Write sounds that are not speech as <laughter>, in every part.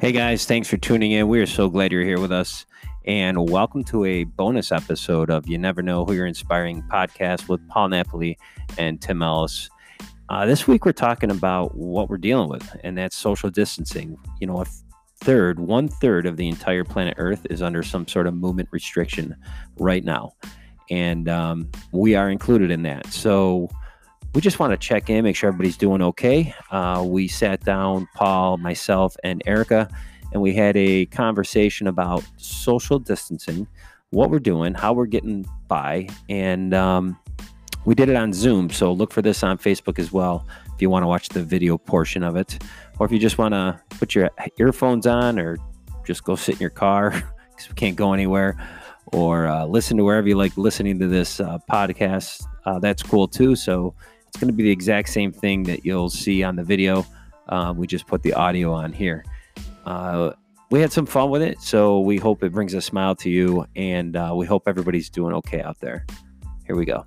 Hey guys, thanks for tuning in. We are so glad you're here with us. And welcome to a bonus episode of You Never Know Who You're Inspiring podcast with Paul Napoli and Tim Ellis. Uh, this week, we're talking about what we're dealing with, and that's social distancing. You know, a third, one third of the entire planet Earth is under some sort of movement restriction right now. And um, we are included in that. So, we just want to check in, make sure everybody's doing okay. Uh, we sat down, Paul, myself, and Erica, and we had a conversation about social distancing, what we're doing, how we're getting by, and um, we did it on Zoom. So look for this on Facebook as well if you want to watch the video portion of it, or if you just want to put your earphones on or just go sit in your car <laughs> because we can't go anywhere. Or uh, listen to wherever you like listening to this uh, podcast. Uh, that's cool too. So it's going to be the exact same thing that you'll see on the video. Uh, we just put the audio on here. Uh, we had some fun with it, so we hope it brings a smile to you, and uh, we hope everybody's doing okay out there. Here we go.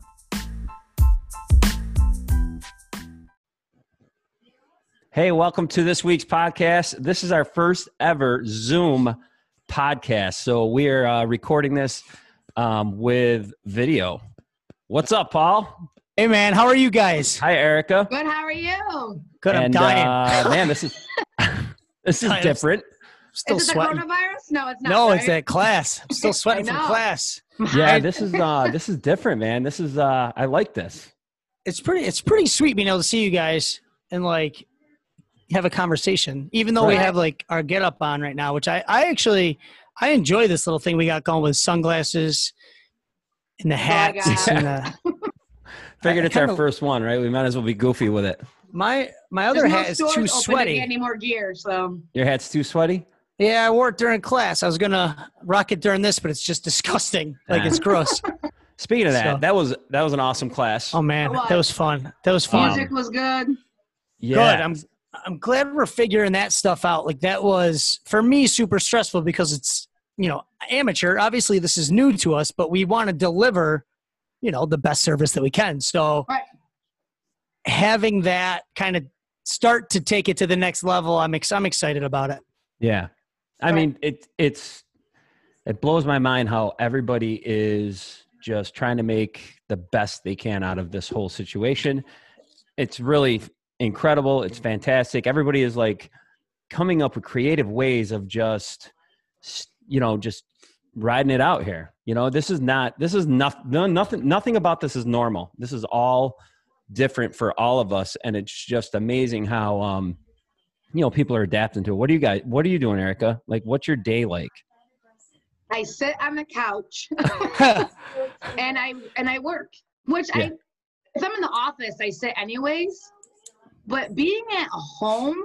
Hey, welcome to this week's podcast. This is our first ever Zoom podcast, so we're uh, recording this um, with video. What's up, Paul? Hey man, how are you guys? Hi, Erica. Good. How are you? Good, I'm And, dying. uh, man, this is <laughs> this is Dying. different. still is it sweating. the coronavirus? No, it's not. no, right? it's that class. <laughs> I'm still sweating from know. class. Yeah, this is uh this is different, man. This is uh I like this. It's pretty. It's pretty sweet being able to see you guys and like have a conversation, even though we Right. have like our get up on right now, which I I actually I enjoy this little thing we got going with sunglasses and the Oh, I hats. got- <laughs> and the, Figured I it's our kinda- first one, right? We might as well be goofy with it. my my There's other no hat is stores too open to sweaty. get Any more gear? So Your hat's too sweaty. yeah, I wore it during class. I was gonna rock it during this, but it's just disgusting. Like Ah. it's <laughs> gross. Speaking of that, So- that was that was an awesome class. Oh man, What? that was fun. That Um, was fun. music was good. yeah, good. I'm I'm glad we're figuring that stuff out. Like that was for me super stressful because it's you know amateur. Obviously, this is new to us, but we want to deliver you know the best service that we can. So Right. having that kind of start to take it to the next level, I'm ex- I'm excited about it. <laughs> yeah. I Right. mean, it it's it blows my mind how everybody is just trying to make the best they can out of this whole situation. It's really incredible. It's fantastic. Everybody is like coming up with creative ways of just s- you know just riding it out here you know this is not this is not no, nothing nothing about this is normal this is all different for all of us and it's just amazing how um you know people are adapting to it what do you guys what are you doing erica like what's your day like I sit on the <laughs> couch and I and I work, which Yeah. I if I'm in the office, I sit anyways. But being at home,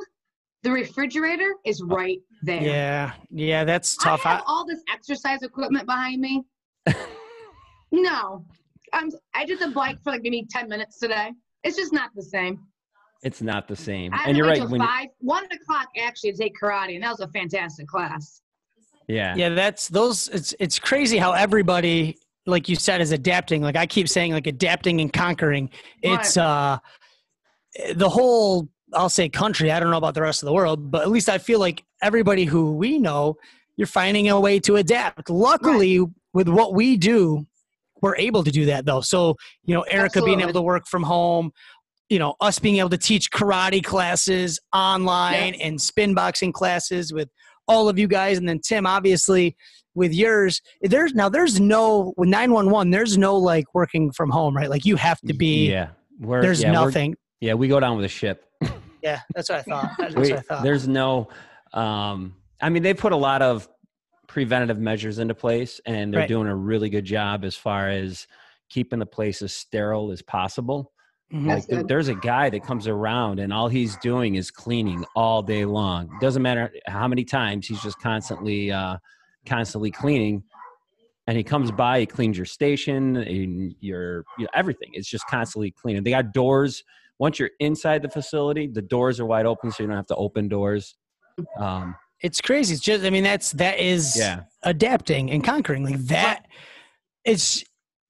the refrigerator is right there. Oh, yeah, yeah, that's I tough. have I- all this exercise equipment <laughs> behind me. no, I'm. I did the bike for like maybe ten minutes today. It's just not the same. it's not the same I had and to you're wait right till when five, one o'clock actually to take karate, and that was a fantastic class. yeah yeah that's those it's it's crazy how everybody like you said is adapting like i keep saying like adapting and conquering Right. it's uh the whole i'll say country i don't know about the rest of the world but at least i feel like everybody who we know you're finding a way to adapt luckily with what we do we're able to do that though so you know erica being Absolutely. able to work from home you know us being able to teach karate classes online and spin boxing classes with all of you guys and then tim obviously with yours there's now there's no with 911 there's no like working from home right like you have to be yeah we're, there's yeah, we're- nothing yeah we go down with a ship yeah that's what i thought that's We- what i thought there's no um i mean they put a lot of preventative measures into place and they're Right. doing a really good job as far as keeping the place as sterile as possible Mhm. That's like th- good. there's a guy that comes around and all he's doing is cleaning all day long doesn't matter how many times he's just constantly uh constantly cleaning and he comes by he cleans your station and your you know, everything it's just constantly cleaning they got doors once you're inside the facility the doors are wide open so you don't have to open doors um it's crazy it's just i mean that's that is yeah adapting and conquering like that it's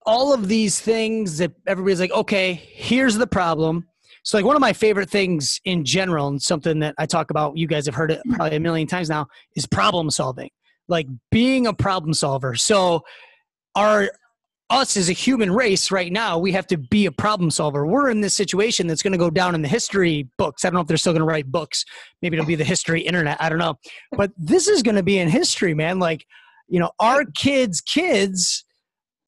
all of these things that everybody's like okay here's the problem So, like one of my favorite things in general, and something that I talk about, you guys have heard it probably a million times now, is problem solving. Like being a problem solver. So, our us as a human race right now, we have to be a problem solver. We're in this situation that's going to go down in the history books. I don't know if they're still going to write books. Maybe it'll be the history internet. I don't know. But this is going to be in history, man. Like, you know, our kids' kids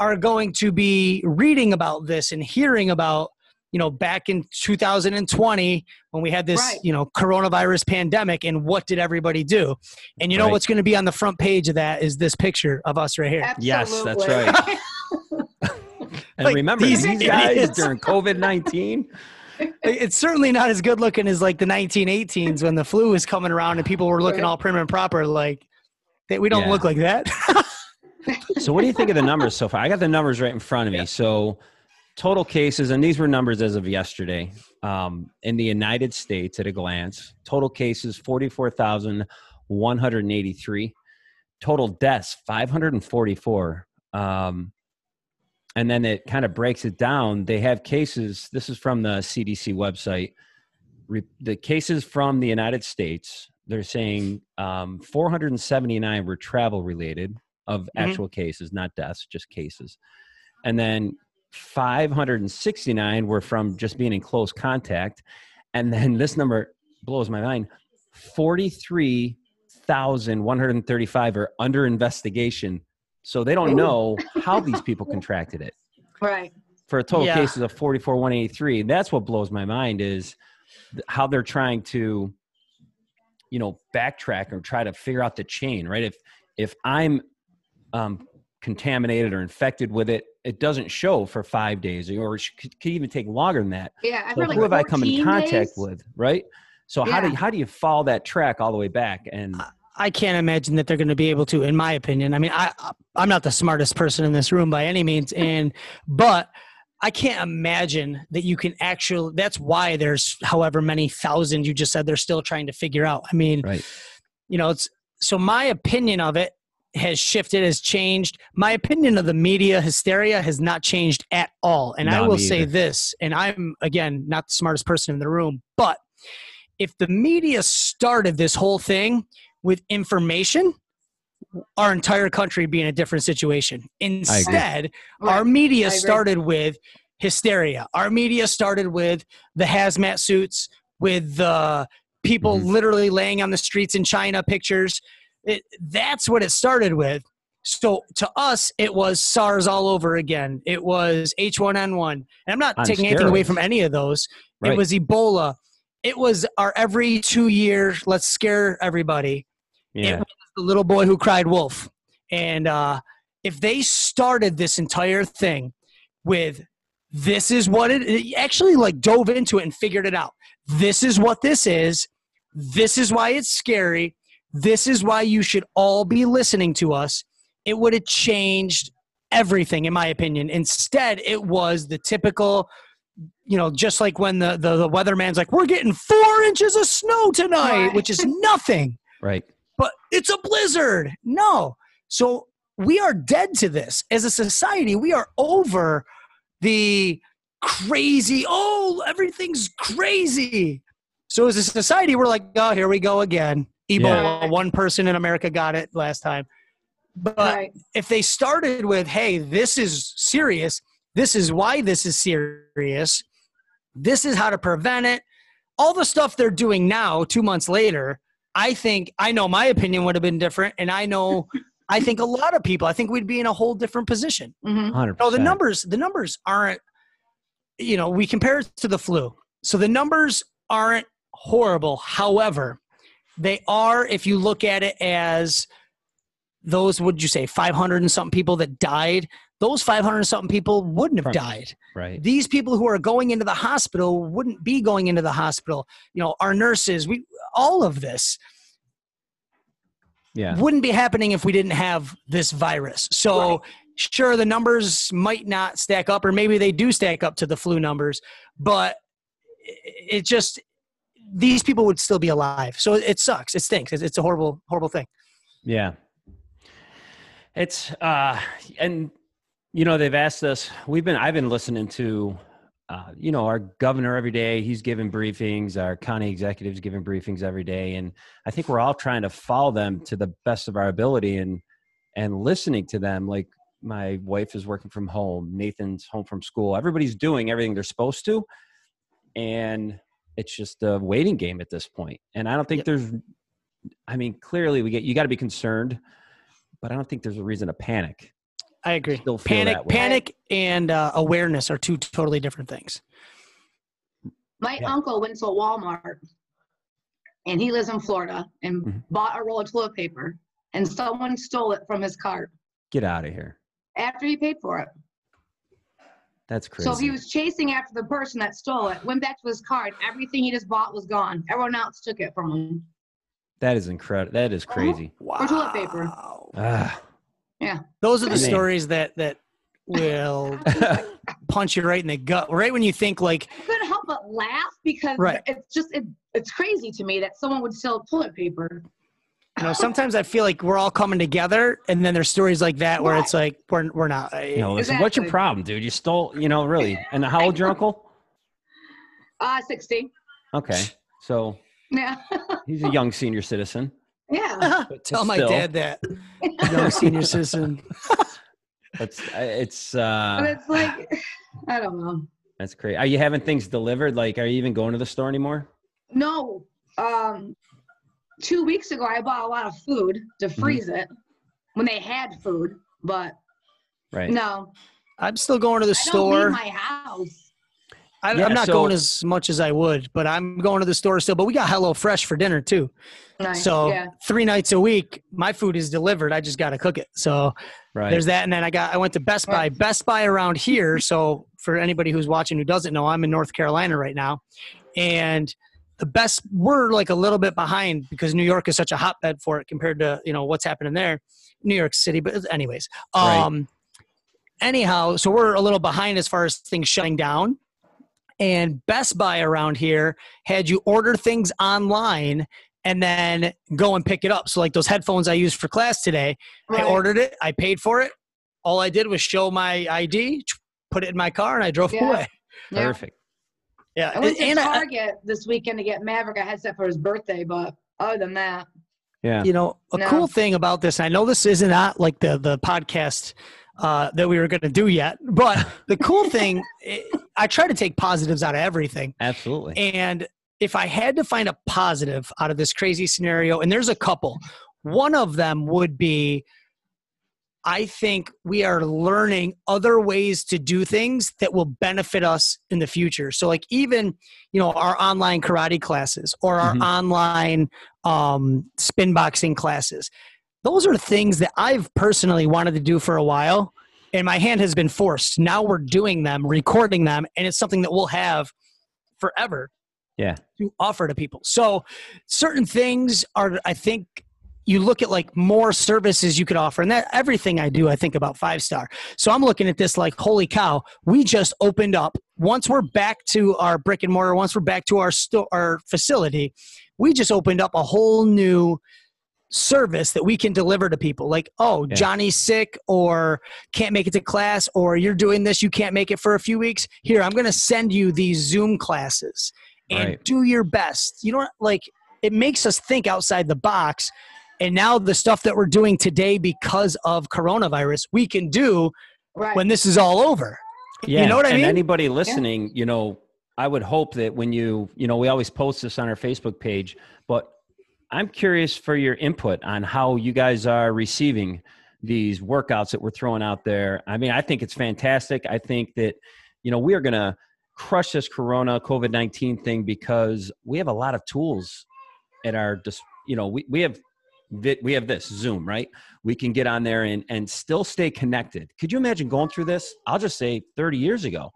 are going to be reading about this and hearing about, you know, back in 2020 when we had this, Right. you know, coronavirus pandemic and what did everybody do? And you know Right. what's going to be on the front page of that is this picture of us <laughs> right here. Yes, that's Absolutely. right. <laughs> And Like, remember, these these, guys idiots. during COVID 19, Like, It's certainly not as good looking as like the 1918s when the flu was coming around and people were looking Right. all prim and proper. Like that, we don't Yeah. look like that. So what do you think of the numbers so far? I got the numbers right in front of me. So total cases, and these were numbers as of yesterday, um, in the United States at a glance. Total cases forty four thousand one hundred eighty three. Total deaths five hundred and forty four. Um, and then it kind of breaks it down. They have cases. This is from the CDC website. Re- the cases from the United States. They're saying um, 479 were travel related of actual cases, not deaths, just cases. And then 569 were from just being in close contact. And then this number blows my mind 43,135 are under investigation. So they don't Ooh. know how these people contracted it <laughs> Right. for a total Yeah. cases of 44 183 that's what blows my mind is th- how they're trying to you know backtrack or try to figure out the chain right if if i'm um, contaminated or infected with it it doesn't show for five days or it sh- could, could even take longer than that Yeah. I've so heard like who have i come in 14 contact days. with right so how do Yeah. you, how do you follow that track all the way back and I can't imagine that they're going to be able to, in my opinion. I mean, I I'm not the smartest person in this room by any means, and but I can't imagine that you can actually. That's why there's however many thousand you just said they're still trying to figure out. I mean, right you know, it's so my opinion of it has shifted, has changed. My opinion of the media hysteria has not changed at all. And I No, will me say either. this, and I'm again not the smartest person in the room, but if the media started this whole thing with information, our entire country would be in a different situation. Instead, Right. our media I agree. started with hysteria. Our media started with the hazmat suits, with the people Mhm. literally laying on the streets in China pictures. It, that's what it started with. So to us, it was SARS all over again. It was H1N1. And I'm not On taking anything away steroids. from any of those. Right. It was Ebola. It was our every two year, let's scare everybody yeah the little boy who cried wolf. And uh, if they started this entire thing with this is what it, it actually like dove into it and figured it out. This is what this is. This is why it's scary. This is why you should all be listening to us. It would have changed everything, in my opinion. Instead, it was the typical, you know, just like when the, the, the weatherman's like, we're getting four inches of snow tonight, Right. which is nothing right Mm-hmm. but it's a blizzard. No. So we are dead to this as a society. We are over the crazy, oh, everything's crazy. So as a society, we're like, oh, here we go again. Ebola, Yeah. one person in America got it last time. But Right. if they started with, hey, this is serious, this is why this is serious, this is how to prevent it, all the stuff they're doing now, two months later, I think, I know my opinion would have been different. And I know, I think a lot of people, I think we'd be in a whole different position. Mm-hmm. 100 No, the numbers, the numbers aren't, you know, we compare it to the flu. So the numbers aren't horrible. However, they are, if you look at it as those, would you say, 500 and something people that died, those 500 and something people wouldn't have From- died right these people who are going into the hospital wouldn't be going into the hospital you know our nurses we all of this yeah wouldn't be happening if we didn't have this virus so sure the numbers might not stack up or maybe they do stack up to the flu numbers but i- it just these people would still be alive so it sucks it stinks it's, it's a horrible horrible thing Yeah. It's uh and you know they've asked us we've been I've been listening to uh uh, you know, our governor every day, he's giving briefings, our county executives giving briefings every day. And I think we're all trying to follow them to the best of our ability and, and listening to them. Like my wife is working from home, Nathan's home from school. Everybody's doing everything they're supposed to. And it's just a waiting game at this point. And I don't think Yep. there's, I mean, clearly we get, you got to be concerned, but I don't think there's a reason to panic. I agree. Still feel Panic, that way. panic, and uh, awareness are two totally different things. My Yeah. uncle went to Walmart and he lives in Florida and Mhm. bought a roll of toilet paper and someone stole it from his cart Get out of here. after he paid for it. That's crazy. So he was chasing after the person that stole it, went back to his cart, everything he just bought was gone. Everyone else took it from him. that is incredible. That is crazy. Wow. toilet paper. Ah. Those are the Man. stories that that <laughs> will punch you right in the gut, right when you think like, I couldn't help but laugh because Right. it's just it, it's crazy to me that someone would sell toilet paper. you know, sometimes I feel like we're all coming together, and then there's stories like that where it's like we're we're not. you know, listen, what's your Exactly. problem, dude? You stole, you know, really. And how old your uncle? Uh, 60. Okay. So Yeah. he's a young senior citizen. Uh. yeah. <laughs> Tell my still. dad that. Young senior citizen. That's it's But uh it's like, I don't know. that's crazy. Are you having things delivered? Like are you even going to the store anymore? No. Um, two weeks ago, I bought a lot of food to Mm-hmm. freeze it when they had food, but Right. no. I'm still going to the I don't leave store. my house. I, Yeah, I'm not so- going as much as I would, but I'm going to the store still. But we got Hello Fresh for dinner too. Nice. So yeah. three nights a week, my food is delivered. I just got to cook it. So Right. there's that. And then I got I went to Best Buy. Right. Best Buy around here. So for anybody who's watching who doesn't know, I'm in North Carolina right now, and the best we're like a little bit behind because New York is such a hotbed for it compared to you know what's happening there, New York City. But anyways, Right. um, anyhow, so we're a little behind as far as things shutting down. And Best Buy around here had you order things online and then go and pick it up. So like those headphones I used for class today, I Right. ordered it. I paid for it. All I did was show my ID, put it in my car, and I drove Yeah. away. Yeah. Perfect. Yeah, I went to and I, Target this weekend to get Maverick a headset for his birthday, but other than that, Yeah. you know, a No. cool thing about this. I know this is not like the the podcast uh, that we were going to do yet, but the <laughs> cool thing, i I try to take positives out of everything. Absolutely. And if I had to find a positive out of this crazy scenario, and there's a couple, one of them would be I think we are learning other ways to do things that will benefit us in the future. So, like, even, you know, our online karate classes or our Mhm. online um, spin boxing classes, those are things that I've personally wanted to do for a while. And my hand has been forced. Now we're doing them, recording them, and it's something that we'll have forever Yeah. to offer to people. So certain things are I think you look at like more services you could offer and that everything I do I think about five star. So I'm looking at this like holy cow, we just opened up. Once we're back to our brick and mortar, once we're back to our store our facility, we just opened up a whole new service that we can deliver to people like oh Yeah. johnny's sick or can't make it to class or you're doing this you can't make it for a few weeks here i'm going to send you these zoom classes and Right. do your best you know like it makes us think outside the box and now the stuff that we're doing today because of coronavirus we can do right. when this is all over Yeah. know what I and mean? anybody listening, you know, I would hope that when you, you know, we always post this on our Facebook page, but I'm curious for your input on how you guys are receiving these workouts that we're throwing out there. I mean, I think it's fantastic. I think that, you know, we are going to crush this corona COVID 19 thing because we have a lot of tools at our, dis- you know, we, we have. thi- We have this Zoom, right? we can get on there and, and still stay connected. Could you imagine going through this? I'll just say 30 years ago,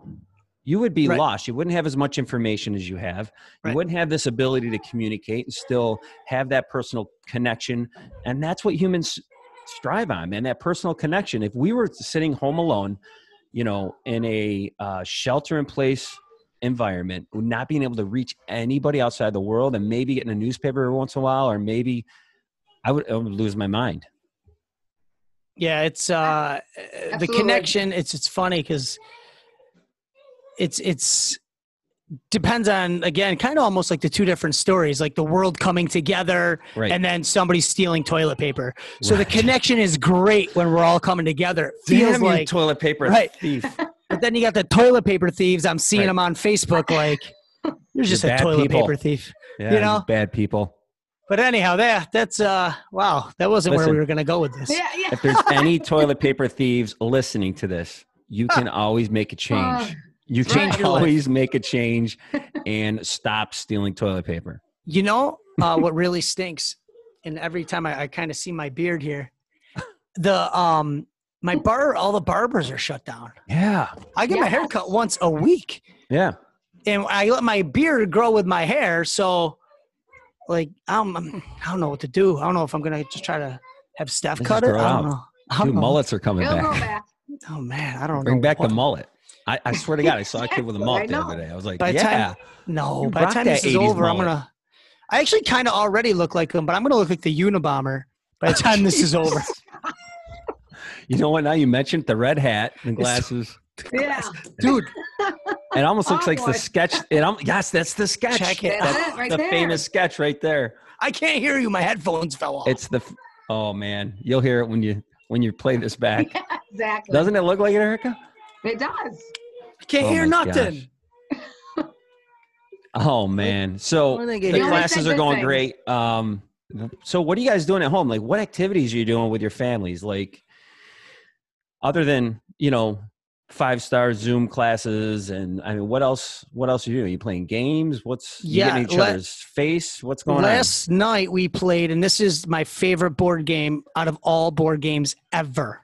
you would be Right. lost. You wouldn't have as much information as you have. You Right. wouldn't have this ability to communicate and still have that personal connection. And that's what humans strive on, man, that personal connection. If we were sitting home alone, you know, in a uh, shelter in place environment, not being able to reach anybody outside the world and maybe getting a newspaper every once in a while, or maybe I would, I would lose my mind. Yeah, it's uh, the Absolutely. connection. It's it's funny because it's it's depends on again kind of almost like the two different stories like the world coming together Right. and then somebody stealing toilet paper so Right. the connection is great when we're all coming together It feels Damn you, like toilet paper Right. thief. but then <laughs> you got the toilet paper thieves i'm seeing Right. them on facebook like <laughs> you're just a bad toilet people. paper thief Yeah, You know? bad people. but anyhow that that's uh wow that wasn't where Listen. we were gonna go with this Yeah, yeah. <laughs> If there's any toilet paper thieves listening to this, you <laughs> can always make a change. You can Right. always make a change and stop stealing toilet paper. You know <laughs> uh, what really stinks, and every time I, I kind of see my beard here, the um my bar all the barbers are shut down. Yeah. I get my hair Yes. cut once a week, Yeah. and I let my beard grow with my hair. So, like I'm, I'm I don't know what to do. I don't know if I'm gonna just try to have Steph Just cut it. grow I don't out. know. I Dude, don't know. mullets are coming It'll go back. back. Oh man, I don't Bring know. back what- the mullet. I, I swear to God, I saw a kid with a mullet I the know. other day. I was like, By the time- yeah. No, You by the rock time that this is 80s over, I'm mullet. gonna. I actually kind of already look like him, but I'm gonna look like the Unabomber by the time this <laughs> is over. You know what? Now you mentioned the red hat and glasses. Yeah. Dude, It almost Oh, looks like boy. the sketch. It al- yes, that's the sketch. Check it That's That's it right the there. famous sketch right there. I can't hear you. My headphones fell off. It's the. f- Oh man, you'll hear it when you when you play this <laughs> back. Exactly. Doesn't it look like it, Erica? it does. I can't Oh hear my nothing. gosh. Oh man. So What are they the getting? You only classes said are good going things. great. Um so what are you guys doing at home? Like what activities are you doing with your families? Like other than, you know, five star Zoom classes and I mean what else what else are you doing? Are you playing games? What's you Yeah, getting each la- other's face? What's going Last night we played, and this is my favorite board game out of all board games ever.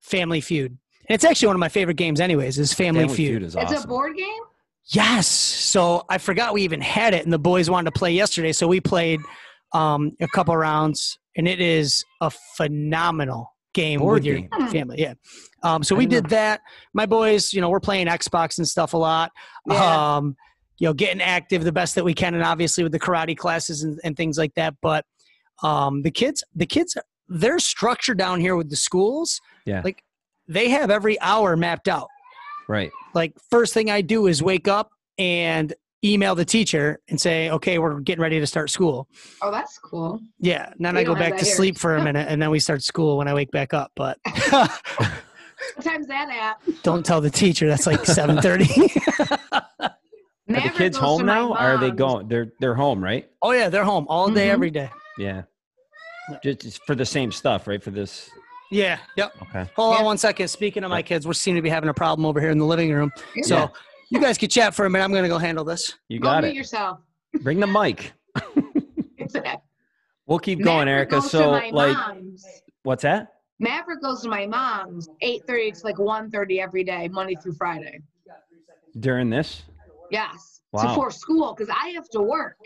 Family Feud. And it's actually one of my favorite games, anyways. Is on? Family, Feud. is awesome. It's a board game. Yes. So I forgot we even had it, and the boys wanted to play yesterday, so we played um, a couple rounds, and it is a phenomenal game Board with your game. Hmm. family. Yeah. Um, so I we didn't did that. My boys, you know, we're playing Xbox and stuff a lot. Uh-huh. Yeah. Um, you know, getting active the best that we can, and obviously with the karate classes and, and things like that. But um, the kids, the kids, their structure down here with the schools, Yeah. like they have every hour mapped out Right. like first thing I do is wake up and email the teacher and say, okay, we're getting ready to start school. Oh, that's cool. Yeah. And then We I go don't have back to that here. sleep <laughs> for a minute and then we start school when I wake back up. <laughs> But Sometimes that app. don't tell the teacher that's like 730. Are the Maverick kids goes to home my now? Are they mom's. going? They're they're home, right? <laughs> oh yeah. They're home all day, Mhm. every day. Yeah. Just just for the same stuff, right? For this. Yeah. Yep. Okay. Hold on Yeah. one second. Speaking of my kids, we seem to be having a problem over here in the living room. Yeah. So Yeah. you guys could chat for a minute. I'm going to go handle this. You got Unmute it. yourself. Bring the mic. Exactly. We'll keep going, Maverick Erica. goes to So, my like, mom's. what's that? Maverick goes to my mom's 8:30 to like 1:30 every day, Monday through Friday. During this? Yes. Wow. So for school because I have to work.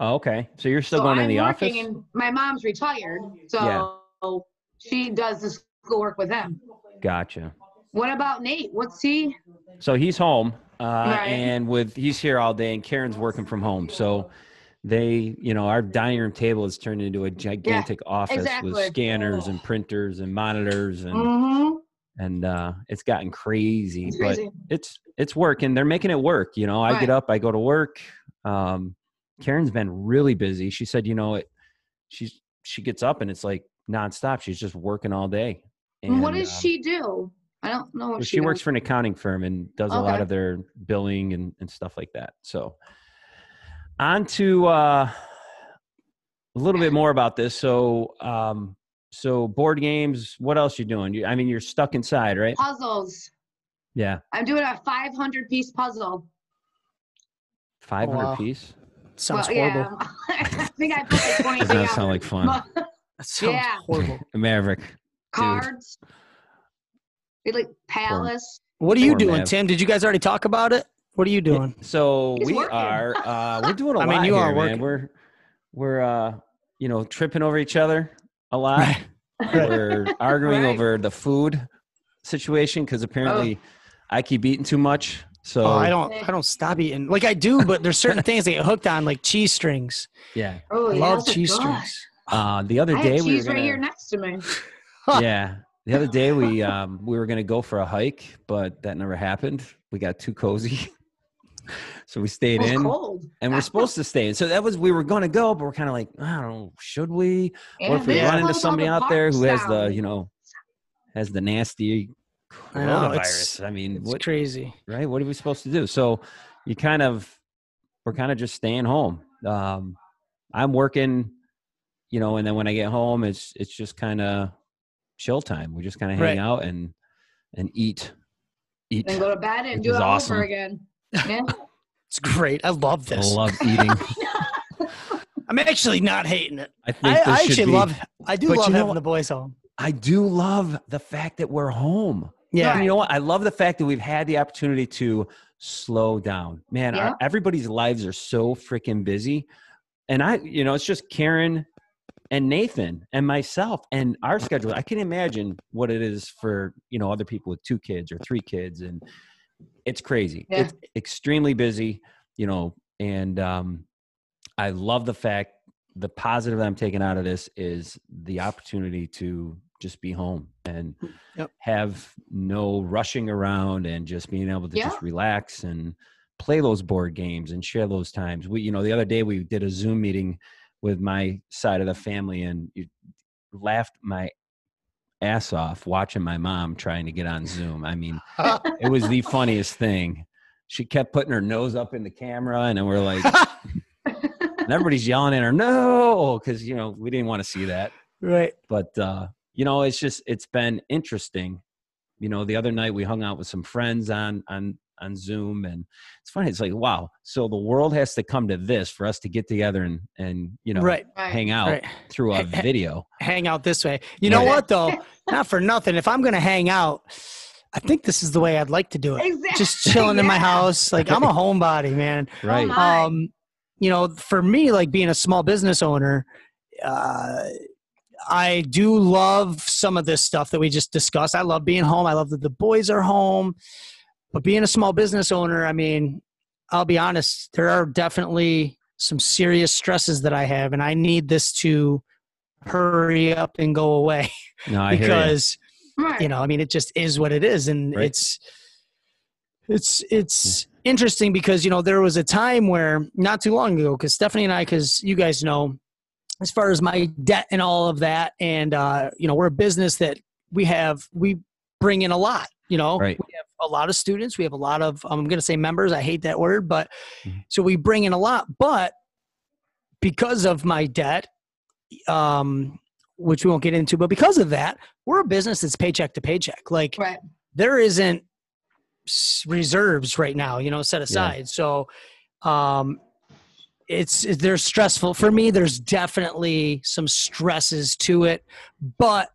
Oh, okay. So you're still so going I'm in the office? working and my mom's retired, so she does the schoolwork with them. Gotcha. What about Nate? What's he? So he's home, uh, Right. and with he's here all day, and Karen's working from home. So they, you know, our dining room table is turned into a gigantic office with exactly. scanners and printers and monitors, and Mm-hmm. and uh, it's gotten crazy. It's but crazy. it's it's work and they're making it work you know i get Right. up i go to work um karen's been really busy she said you know it she's she gets up and it's like nonstop she's just working all day and, what does um, she do? I don't know well, what she, she, works does. for an accounting firm and does a lot Okay. of their billing and, and stuff like that so on to uh a little bit more about this so um so board games what else you doing you, i mean you're stuck inside Uh, right puzzles. yeah I'm doing a 500 piece puzzle. 500 wow. piece Sounds well, horrible. yeah. <laughs> I think I put like 20 does that sound like fun That sounds Yeah. horrible. Maverick. cards. We like palace. What are you Poor doing, Mav. Tim? Did you guys already talk about it? What are you doing? So He's we working. are uh we're <laughs> doing a I mean, lot you here, are man. working. We're we're uh you know tripping over each other a lot. <laughs> We're arguing Right. over the food situation because apparently Oh. I keep eating too much. So Oh, I don't. I don't stop eating. Like I do, but there's <laughs> certain things I get hooked on, like cheese strings. yeah. Oh, I yeah, love those are cheese good. strings. Uh the other I day have we were cheese right gonna- here next to me. Huh. yeah The other day <laughs> we um, we were gonna go for a hike, but that never happened. We got too cozy, <laughs> so we stayed It was in, cold. and we're supposed to stay in. So that was we were gonna go, but we're kind of like, I don't know, should we? what if we they run into closed all somebody the out there who parks has the down. you know has the nasty I know, it's- coronavirus? I mean, It's what crazy. right? What are we supposed to do? So you kind of we're kind of just staying home. Um, I'm working, you know, and then when I get home, it's it's just kind of chill time. We just kind of hang Right. out and and eat, eat. And go to bed and Which do is it all awesome. over <laughs> again. Yeah. It's great. I love I this. <laughs> love eating. I'm actually not hating it. I think I, this I should actually be- love. I do But love you know having what? the boys home. I do love the fact that we're home. Yeah. And you know what? I love the fact that we've had the opportunity to slow down. Man, our- Yeah. everybody's lives are so freaking busy. And I, you know, it's just Karen and Nathan and myself and our schedule. I can imagine what it is for, you know, other people with two kids or three kids. And it's crazy. Yeah. It's extremely busy, you know, and um, I love the fact the positive that I'm taking out of this is the opportunity to just be home and Yep. have no rushing around and just being able to Yeah. just relax and play those board games and share those times. We, you know, the other day we did a Zoom meeting with my side of the family and you laughed my ass off watching my mom trying to get on Zoom. I mean, it was the funniest thing. She kept putting her nose up in the camera and then we're like, and everybody's yelling at her no because you know we didn't want to see that right. but uh you know it's just it's been interesting you know the other night we hung out with some friends on on on zoom and it's funny it's like wow so the world has to come to this for us to get together and and you know right. Right. hang out Right. through a <laughs> Hey, hey. video Hang out this way. You know Right. what though? Not for nothing. If I'm gonna hang out, I think this is the way I'd like to <laughs> do it. Exactly. Just chilling in my Yeah. house. Like I'm a homebody, man. right my- Right. um, you know, for me, like being a small business owner, uh, I do love some of this stuff that we just discussed. I love being home. I love that the boys are home. But being a small business owner, I mean, I'll be honest, there are definitely some serious stresses that I have, and I need this to hurry up and go away <laughs> no i hear you because Right. you know i mean it just is what it is and Right. it's it's it's interesting because you know there was a time where not too long ago because stephanie and i because you guys know as far as my debt and all of that and uh you know we're a business that we have we bring in a lot you know Right. we have a lot of students we have a lot of i'm going to say members i hate that word but Mhm. so we bring in a lot but because of my debt um which we won't get into but because of that we're a business that's paycheck to paycheck like Right. there isn't s- reserves right now you know set aside so um it's it- there's stressful for me there's definitely some stresses to it but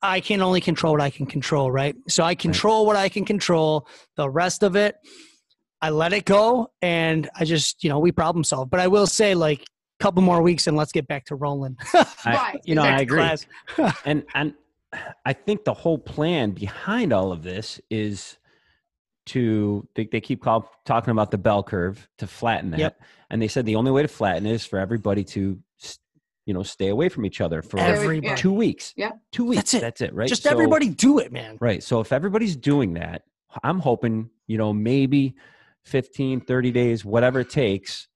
i can only control what i can control right so i control what i can control the rest of it i let it go and i just you know we problem solve but i will say like a couple more weeks and let's get back to rolling I, Right. you know i Exactly. agree <laughs> and and I think the whole plan behind all of this is to they, they keep call, talking about the bell curve to flatten that, Yep. and they said the only way to flatten it is for everybody to, s- you know, stay away from each other for Every- everybody yeah. two weeks. Yeah. two weeks. That's it. right? just So- everybody do it man Right. So if everybody's doing that, I'm hoping, you know, maybe 15, 30 days, whatever it takes,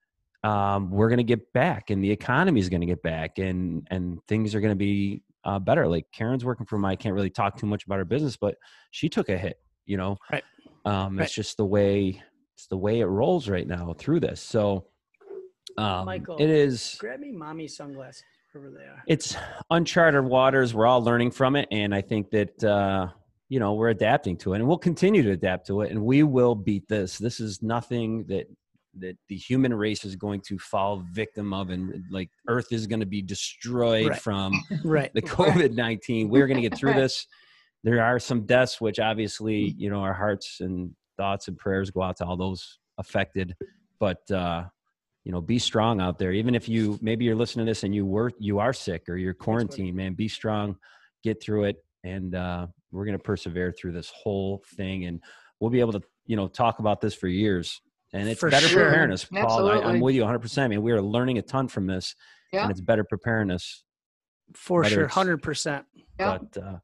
um, we're going to get back and the economy is going to get back and, and things are going to be uh, better. Like Karen's working from, I can't really talk too much about her business, but she took a hit, you know, Right. um, Right. it's just the way, it's the way it rolls right now through this. So, um, Michael. it is, Grab me mommy's sunglasses, wherever they are. it's uncharted waters. We're all learning from it, and I think that uh, you know we're adapting to it, and we'll continue to adapt to it, and we will beat this. This is nothing that that the human race is going to fall victim of, and like Earth is going to be destroyed Right. from <laughs> Right. the <laughs> COVID nineteen. We're going to <laughs> get through this. There are some deaths, which obviously you know our hearts and thoughts and prayers go out to all those affected. But uh, you know, be strong out there. Even if you maybe you're listening to this and you were you are sick or you're quarantined, man, be strong, get through it, and uh, we're going to persevere through this whole thing, and we'll be able to you know talk about this for years. And it's For better sure. preparing us, Paul. I, I'm Absolutely. with you 100. percent I mean, we are learning a ton from this, Yeah. and it's better preparing us For Whether sure. it's- Hundred percent. Yep. but uh,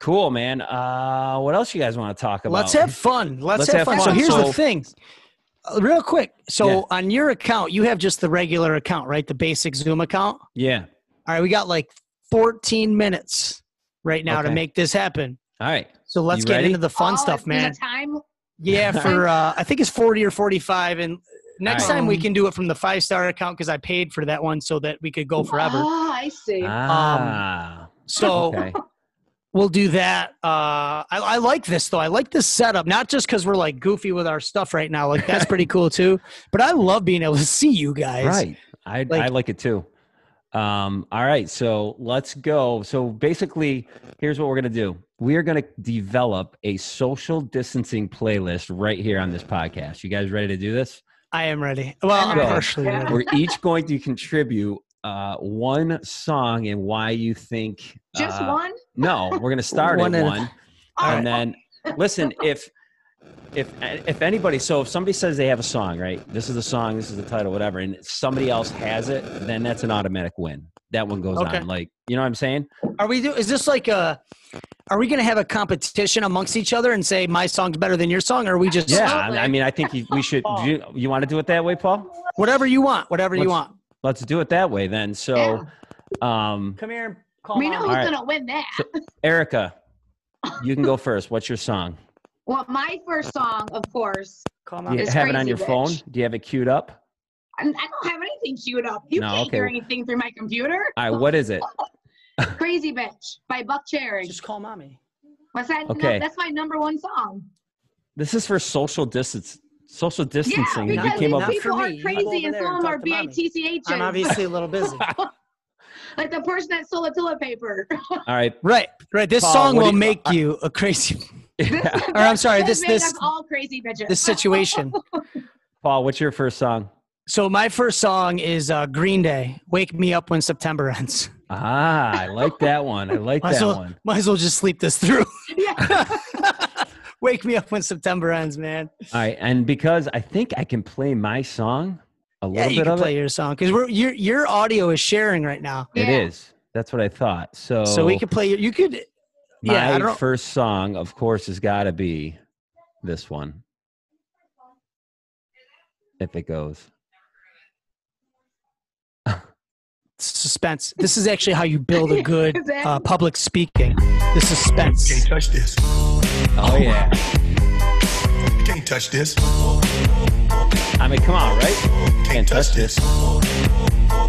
Cool, man. Uh, what else you guys want to talk about? Let's have fun. Let's, have, fun. So here's So- the thing, Uh, real quick. So Yeah. on your account, you have just the regular account, right? The basic Zoom account. Yeah. All right, we got like 14 minutes right now Okay. to make this happen. All right. So let's You get ready? into the fun Oh, stuff, it's been a man. Time. <laughs> Yeah, All for uh, I think it's 40 or 45, and next All right. time we can do it from the five star account because I paid for that one so that we could go forever. Oh, I see. Ah. So okay. we'll do that. Uh, I, I like this though. I like this setup, not just because we're like goofy with our stuff right now. Like that's pretty cool <laughs> too. But I love being able to see you guys. Right. I like- I like it too. Um, all right, so let's go. So basically, here's what we're gonna do. We are gonna develop a social distancing playlist right here on this podcast. You guys ready to do this? I am ready. Well, I'm Go. partially Yeah. ready. We're each going to contribute uh, one song and why you think. Just uh, one? No, we're gonna start One at and- one, All and right. then listen if if if anybody so if somebody says they have a song right this is the song this is the title whatever and if somebody else has it then that's an automatic win that one goes Okay. on like you know what i'm saying Are we? Do, is this like a? Are we going to have a competition amongst each other and say my song's better than your song? Or are we just yeah Absolutely. I, I mean i think you, we should do you, you want to do it that way paul whatever you want? Whatever you Let's- want. let's do it that way then so um Come here and call. we know who's All right. gonna win that. erica you can go first what's your song Well, my first song, of course. do you It's have it on Crazy your Bitch. phone do you have it queued up I I don't have anything queued up. You No, can't okay. hear anything through my computer. all right what is it Crazy Bitch by Buck Cherry. Just call mommy. What's that? No, Okay. that's my number one song. this is for social distance social Yeah, distancing you because came these up- people Not for are me. Go crazy over and there some and of them are talk to mommy. BITC agents. I'm obviously a little <laughs> busy. <laughs> like the person that sold the toilet paper. all right right, right. This Paul, song what do will you- make you a crazy. <laughs> <laughs> <laughs> Yeah. Or I'm sorry. This This made this us all crazy bitches. this situation. paul what's your first song So my first song is uh, Green Day. Wake me up when September ends. Ah, I like that one. I like <laughs> Might as that well- one. Might as well just sleep this through. yeah. <laughs> Wake me up when September ends, man. All right, and because I think I can play my song a Yeah, little you bit can of play it. your song because we're your your audio is sharing right now, <laughs> Yeah. It is. That's what I thought. So, so we could play. your- You could. my yeah, I don't- first song, of course, has got to be this one. If it goes, Suspense. This is actually how you <laughs> build a good Exactly. uh, public speaking. The suspense. Can't touch this. oh yeah, Can't touch this. I mean, come on, right? Can't touch this.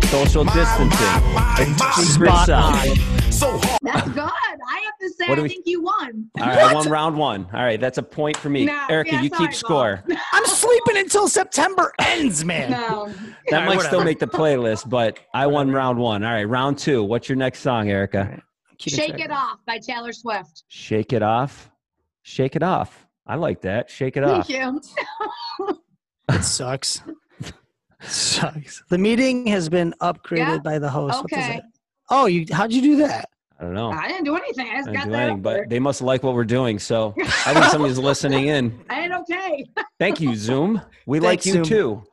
Social distancing, Can't touch this. secret Spot sauce. on. So hard. That's good. I have to say, What do I we- think you won. All right, I won round one. All right, that's a point for me. No, Erica, yeah, you sorry, keep Bob. score. <laughs> I'm sleeping until September ends, man. No. That All right, might still whatever. make the playlist, but I won round one. All right, round two. What's your next song, Erica? Keeping Shake track. It Off by Taylor Swift. Shake it off. Shake it off. I like that. Shake it off. Thank you. It sucks. sucks. The meeting has been upgraded Yeah? by the host. What does Okay. that? Oh, you? How'd you do that? I don't know. I I didn't do anything. I just didn't got do that. anything, up there. but they must like what we're doing. So <laughs> I think somebody's listening in. I ain't okay. Thank you, Zoom. We like Thanks, you Zoom. too.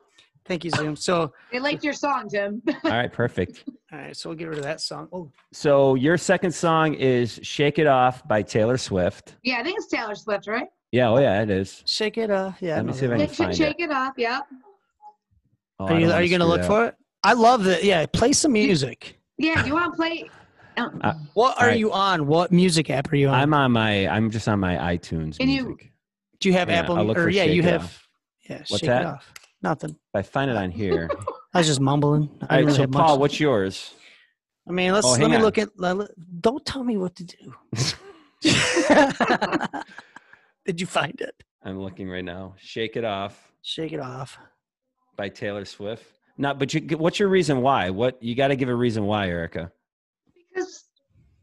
Thank you, Zoom. So, They liked your song, Tim. <laughs> All right, perfect. all right. So we'll get rid of that song. Oh, So your second song is Shake It Off by Taylor Swift. Yeah, I think it's Taylor Swift, right? Yeah, oh yeah, it is. shake it. Uh, yeah. I Let me know see if that I one. can Shake, find shake it off. Yeah. Oh, I Are don't you wanna Are you gonna screw look that up. for it? I love that. Yeah. Play some music. Yeah. Do you want to play? Um, Uh, What are All right. you on? What music app are you on? I'm on my I'm just on my iTunes Can you- music. Do you have Yeah, Apple? I'll look or for yeah, Shake you It have. Off. Yeah. What's shake that? it off. Nothing. If I find it on here. All <laughs> I was just mumbling. I right, didn't really so have Paul, much. what's yours? I mean, let's Oh, let hang me on. look at. let- let- Don't tell me what <laughs> to do. <laughs> Did you find it? I'm looking right now. Shake It Off Shake it off. by Taylor Swift. Not, but you, what's your reason why? What you got to give a reason why, Erica? because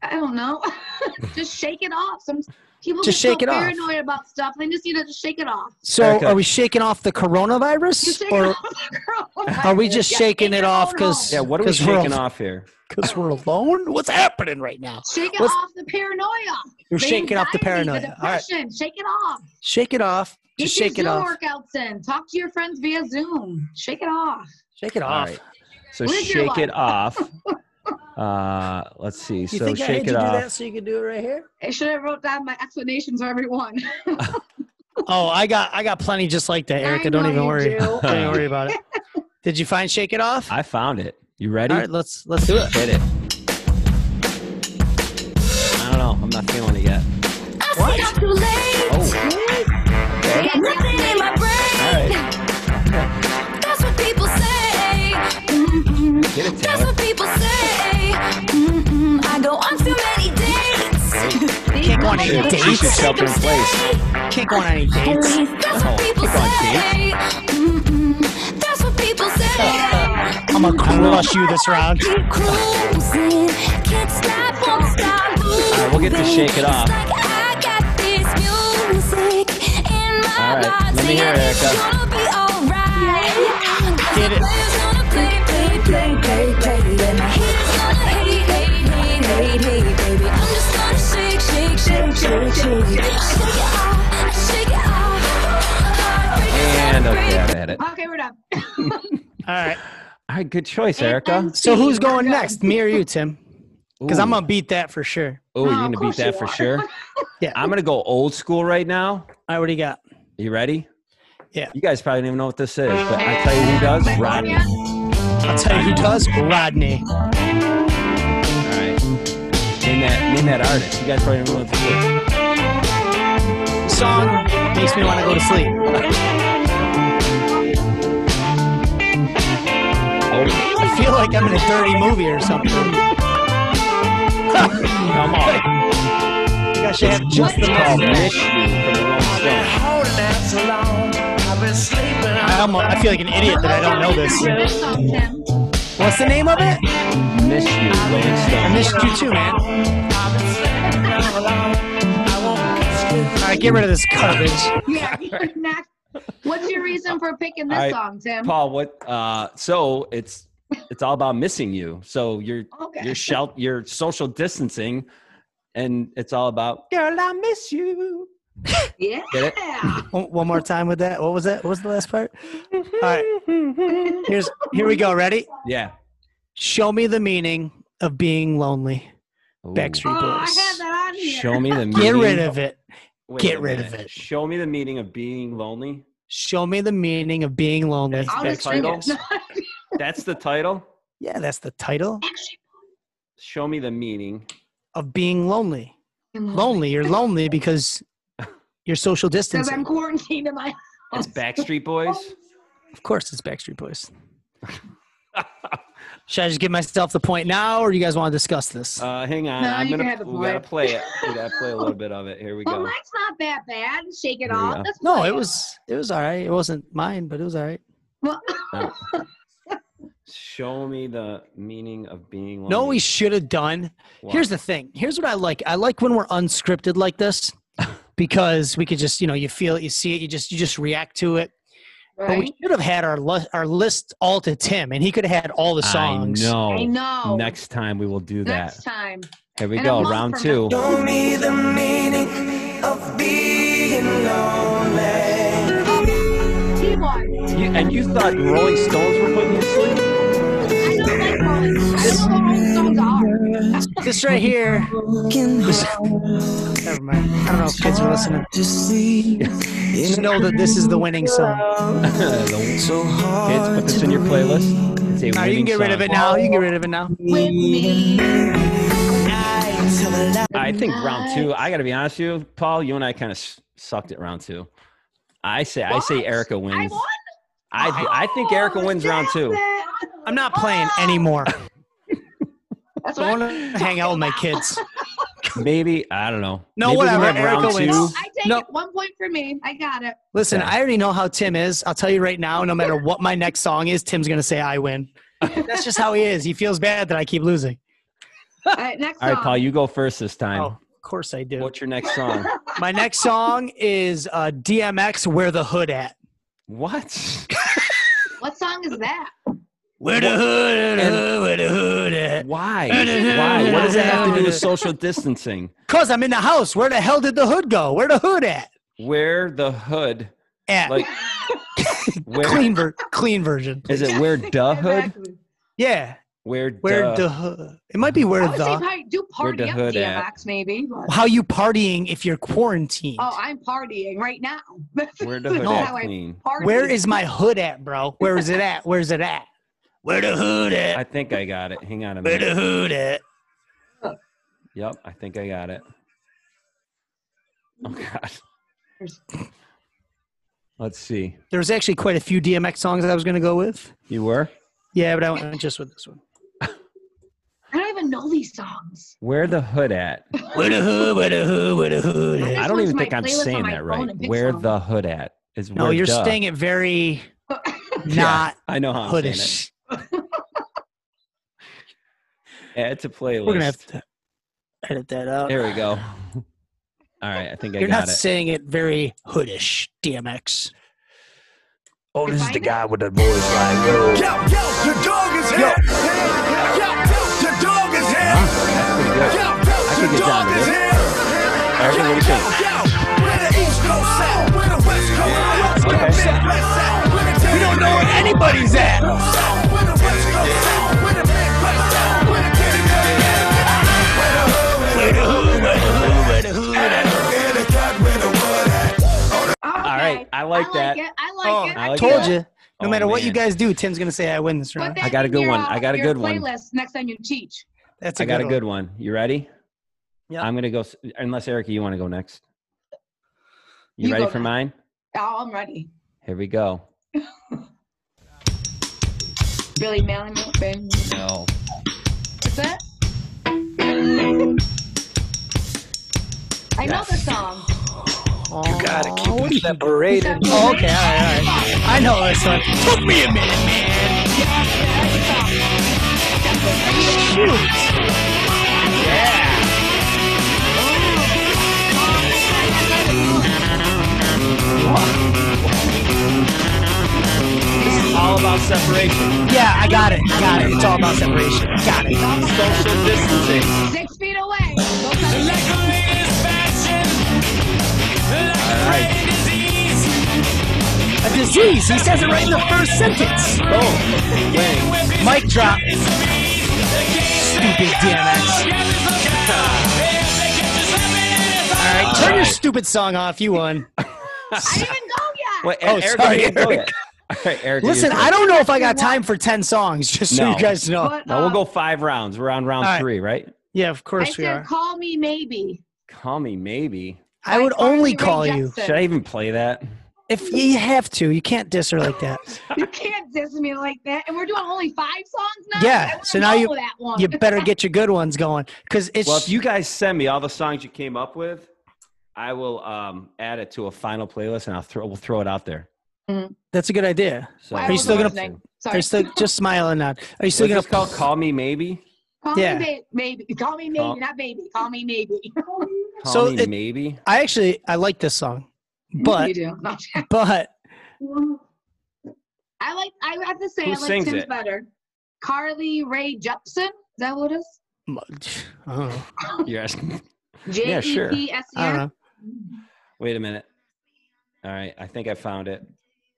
I don't know. <laughs> just shake it off. Some people Just get shake so it off. paranoid about stuff. They just need to just shake it off. So, Erica. are we shaking off the You coronavirus, shake or it off. <laughs> girl. are we just Yeah, shaking it off on because Yeah, what are we Because we're shaking all- off here? because we're alone? What's happening right now? home. Shake it What's- off the paranoia. We're the shaking off the anxiety, The paranoia. All right, depression. Shake it off. shake it off. Get Just your shake it Zoom off. workouts in. Talk to your friends via Zoom. Shake it off. Shake it All off. right. So Live your <laughs> shake it off. Uh, let's see. You so think I shake had you it do off. that so you could do it right <laughs> here? I should have wrote down my explanations for everyone. <laughs> Oh, I got I got plenty just like that, I Erica. Don't know even you worry. <laughs> do. Don't even worry about it. <laughs> Did you find Shake It Off? I found it. You ready? All right, let's let's do it. Hit it. I don't know. I'm not feeling it yet. Oh, all right. That's what people say. Mm-mm. Get it, That's Taylor. what people say. Mm-mm. I go on too many dates. Can't go on She any should, she should dates. shelter in place. Can't go on any dates. That's what people pick on say. Mm-mm. That's what people <laughs> say. I'm gonna crush you this round. Keep cruising. Can't stop, won't stop right, we'll get to moving. Shake It Off. It's like I got this music in my All right, let me body. hear it, It's Erica. gonna be alright. 'Cause Get it. the player's gonna play, play, play, play, play, and my haters gonna hate, hate, hate, hate, hate, baby. I'm just gonna shake, shake, shake, shake, shake. Shake it off, shake it off. Heartbreak is And gonna okay, break. I've had it. okay, we're done. All right. All right, good choice, Erica. So who's going next? Me or you, Tim? Because I'm Ooh. gonna beat that for sure. Oh, Oh, you're of gonna beat course that you for are. <laughs> sure. Yeah. I'm gonna go old school right now. I already got. You ready? Yeah. You guys probably don't even know what this is, but I tell you who does. Rodney. All I'll tell you who does. Rodney. right. Name that. Name that artist. You guys probably don't know what this is. Song makes me want to go to sleep. Oh, I feel like I'm in a dirty movie or <laughs> something. come on. I think I should have just the It's called message. Miss You from the Rolling Stones. I almost I feel like an idiot that I don't know this. What's the name of it? Miss You, Rolling I Stones. missed you too, man. All right, get rid of this garbage. <laughs> Yeah. Next. What's your reason for picking this All right. song, Tim? Paul, what? Uh, so it's it's all about missing you. So you're Okay. you're shel- you're social distancing, and it's all about girl, I miss you. yeah. Oh, Get One one more time with that. What was that? What was the last part? All right. Here's here we go. Ready? Yeah. Show me the meaning of being lonely. Ooh. Oh, Backstreet I Boys. had that on here. Show me the meaning. Get rid of it. Wait get a rid of minute. it. Show me the meaning of being lonely. Show me the meaning of being lonely. I'll That just drink title? it. <laughs> No, That's the title. Yeah, that's the title Show me the <laughs> meaning. of being lonely. I'm Lonely. You're lonely because you're social Because I'm distancing. quarantined in my It's Backstreet <laughs> Boys. Of course, it's Backstreet Boys. Should I just give myself the point now, or you guys want to discuss this? Uh, hang on. No, I'm you can gonna. have Oh the we gotta point. play it. We <laughs> gotta play a little bit of it. Here we Well, go. mine's not that bad. Shake it There we off. go. That's no, fine. it was it was all right. It wasn't mine, but it was all right. Well, Show me the meaning of being lonely. No, we should have done. Why? Here's the thing. Here's what I like. I like when we're unscripted <laughs> like this because we could just you know you feel it, you see it, you just you just react to it. But right? we should have had our li- our list all to Tim, and he could have had all the songs. I know. I know. Next time we will do that. Next time. Here we And a go, month round from two. He won. You- and you thought Rolling Stones were putting you to <laughs> sleep? I don't like Rolling Stones. I don't know what Rolling Stones are. This right here. this- <laughs> never mind. I don't know if kids are listening. <laughs> Just know that this is the winning song. The- Kids, put this in your playlist. It's a All right, winning you can get rid of song. it now. You can get rid of it now. With me. I think round two. I got to be honest with you, Paul. You and I kind of sucked at round two. I say, I say, What? Erica I wins. won. I, th- I think Erica Oh, wins round two. damn it. I'm not playing <laughs> anymore. That's I what want to hang out with my kids. <laughs> Maybe I don't know. No, Maybe we whatever, have round Erica wins. two. No, I take No. it. One point for me. I got it. Listen, Yeah. I already know how Tim is. I'll tell you right now, no matter what my next song is, Tim's going to say I <laughs> win. That's just how he is. He feels bad that I keep losing. All right, next All right, song. Paul, you go first this time. Oh, of course I do. What's your next <laughs> song? My next song is uh, DMX, Where the Hood At. <laughs> what? What song <laughs> is that? Where the hood, at, uh, where the hood at? Why? Why? What does it have to do with social distancing? Cause I'm in the house. Where the hell did the hood go? Where the hood at? Where the hood? At Like where clean ver- clean version. is it? Where the hood? Exactly. Yeah, Where Where duh. the hu- it might be where I would say the probably do party the up hood at? DMX maybe. But, how you partying if you're quarantined. oh, I'm partying right now. Where the <laughs> <laughs> That's hood No. at how I clean? party. Where is my hood at, bro? Where is it at? Where's it at? Where the hood I at? think I got it. Hang on a Where the <laughs> minute. hood at? Yep, I think I got it. Oh God. Let's see. There was actually quite a few DMX songs that I was gonna go with. You were? Yeah, but I went just with this one. I don't even know these songs. Where the hood at? Where the hood? Where the hood? Where the hood? I At? just I don't went even to my think I'm playlist on saying my that phone right. and picked Where some. the hood at is No, where you're duh. staying at very <laughs> Yeah, not I know how I'm saying it. hoodish. Add to playlist. We're gonna have to edit that out. There we <laughs> go. All right, I think I You're got not it. saying it very hoodish, DMX. Oh, You this is the find it? guy with the boys like yo, yo, your dog is here. Yo, yo, your dog is here. Yo, I could yo, your get down dog to is this. here. Eric, what do you think? Yo, where the East Coast at? Where the West Coast at? Where the Okay. Midwest at? Where the You don't know where Tennessee anybody's at. Coast at? Where the West Coast at? Where the Midwest at? Where the Tennessee at? Where the hood at? Where the cat, where the wood at? All right, I like that. It. Oh, I like Oh, it. I like feel Told that. it. you. No Oh, matter what you man. guys do, Tim's gonna say I win this Put round. that I got a in good your, one. uh, I got a your good one. Playlist next time you teach. That's a I got a one. good one. You ready? Yeah. I'm gonna go. s- Unless Erica, you want to go next? You, You ready go for next. mine? Oh, I'm ready. Here we go. Billy Manning. What's No. that? I know the song. You gotta keep That beret. That Oh, Billie okay, all right, all right. I know this one. Took me a minute, man. Shoot. This is all about separation, Yeah, I got it. I got it. It's all about separation. Got it. social distancing. Six feet away. Go touch it. All right. A disease. He says it right in the first sentence. Oh. Boom. Bang. Mic drop. Stupid DMX. All right, turn your stupid song off. <laughs> You won. I didn't even go yet. Wait, Oh, Erica, sorry, you go Erica. yet. <laughs> All right, Erica. you Listen, go. I don't know if I got time for 10 songs, just so No. you guys know. But, No, we'll um, go five rounds. We're on round All right. three, right? Yeah, of I course we said, are. call me maybe. Call me maybe. I would Carly only Rae call you Jepsen. Should I even play that? if you have to. You can't diss her like <laughs> that. You can't diss me like that. And we're doing only five songs now. Yeah, I wanna so now know you- that one. You better get your good ones going because it's Well, if you guys send me all the songs you came up with, I will um, add it to a final playlist and I'll throw we'll throw it out there. that's a good idea. So Why Are you still gonna- listening? Are <laughs> Sorry. you still just smiling now? Are you So still you gonna call call me maybe? Call Yeah. me ba- maybe. Call me Call- maybe, not baby. Call me maybe. <laughs> Call So me it- maybe. I actually I like this song, but <laughs> you do. No. but <laughs> I like. I have to say, Who I like sings Tim's it? better. Carly Ray Jepsen. Is that what it is? <sighs> I don't know. You're asking. J Yeah, sure. E P S E I don't N. know. Wait a minute. All right, I think I found it.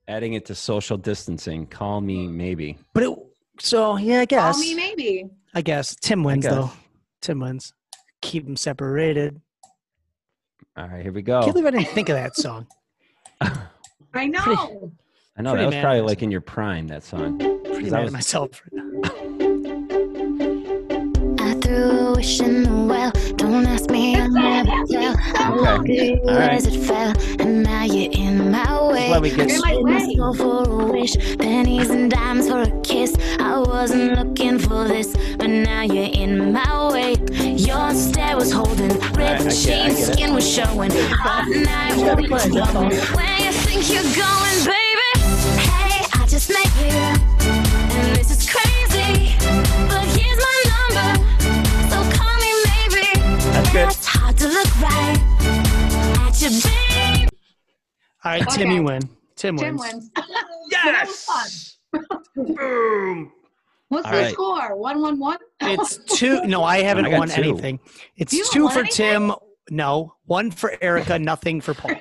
Adding it to social distancing. Call me maybe. But it so yeah, I Call guess me maybe. I guess Tim wins guess. though. Tim wins. Keep them separated. All right, here we go. Can't believe I didn't think of that song. I I know. know pretty that was mad at probably myself. like in your prime <laughs> that song. Pretty 'Cause mad I at was- myself. for that. I threw a wish in the well. Don't ask me, I'll never tell. I loved you All right. as it fell, and now you're in my way. let me get- In my I sold way. myself for a wish, pennies and dimes for a kiss. I wasn't looking for this, but now you're in my way. Your stare was holding, I ripped get it, I jeans, get it. skin was showing. Hot night, we was glowing. Where you think you're going, baby? Hey, I just met you. And this is crazy, but here's my number. So call me maybe. That's good. It's hard to look right at your baby. All right, Tim, Okay. you win. <laughs> Tim, Tim wins. wins. <laughs> yes. What's All the right. score? One one one. It's two. No, I haven't I got won two. anything. It's You two won for anything? Tim. No, one for Erica. Nothing for Paul.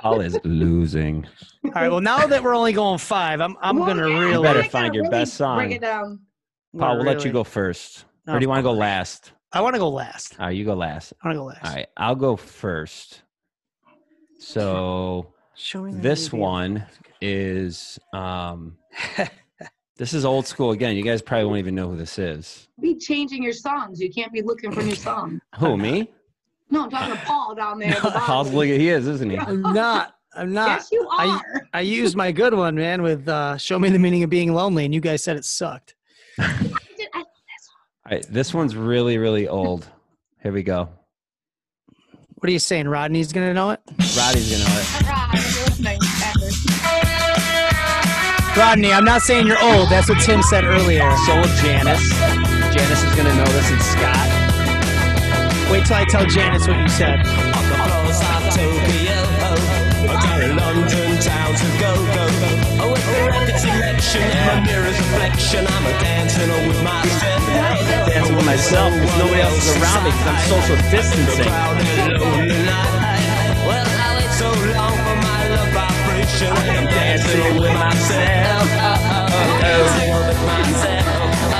Paul is <laughs> losing. All right. Well, now that we're only going five, I'm I'm Well, gonna yeah, You I really. better gotta find your really best song. Break it down. Paul, We're we'll let you really- go first. Oh, or do you want to go last? I want to go last. All right, you go last. I want to go last. All right, I'll go first. <laughs> So Show me the this movie. one is um, <laughs> this is old school again. You guys probably won't even know who this is. Be changing your songs. You can't be looking for new songs. Who <laughs> me? <laughs> No, I'm talking to Paul down there. at the Paul's bottom. look he is, isn't he? <laughs> I'm not. I'm not. Yes, you I- are. <laughs> I used my good one, man, with uh, "Show Me the Meaning of Being Lonely," and you guys said it sucked. I did- I- All right, this one's really really old. Here we go. What are you saying, Rodney's gonna know it? Roddy's gonna know it. Rod, if you're listening, Patrick. Rodney, I'm not saying you're old. That's what Tim said earlier. So will Janice. Janice is gonna know this, and Scott. Wait till I tell Janice what you said. across our Tokyo. Down in London town to go go. Oh, with the record selection and my mirror's reflection, I'm a dancing all with myself. Dancing with myself 'cause nobody else is around me 'cause I'm social distancing. Proud and lonely night. Well, I wait so long for my love vibration. I'm dancing all with myself. Oh, oh, oh, dancing all with myself. Oh,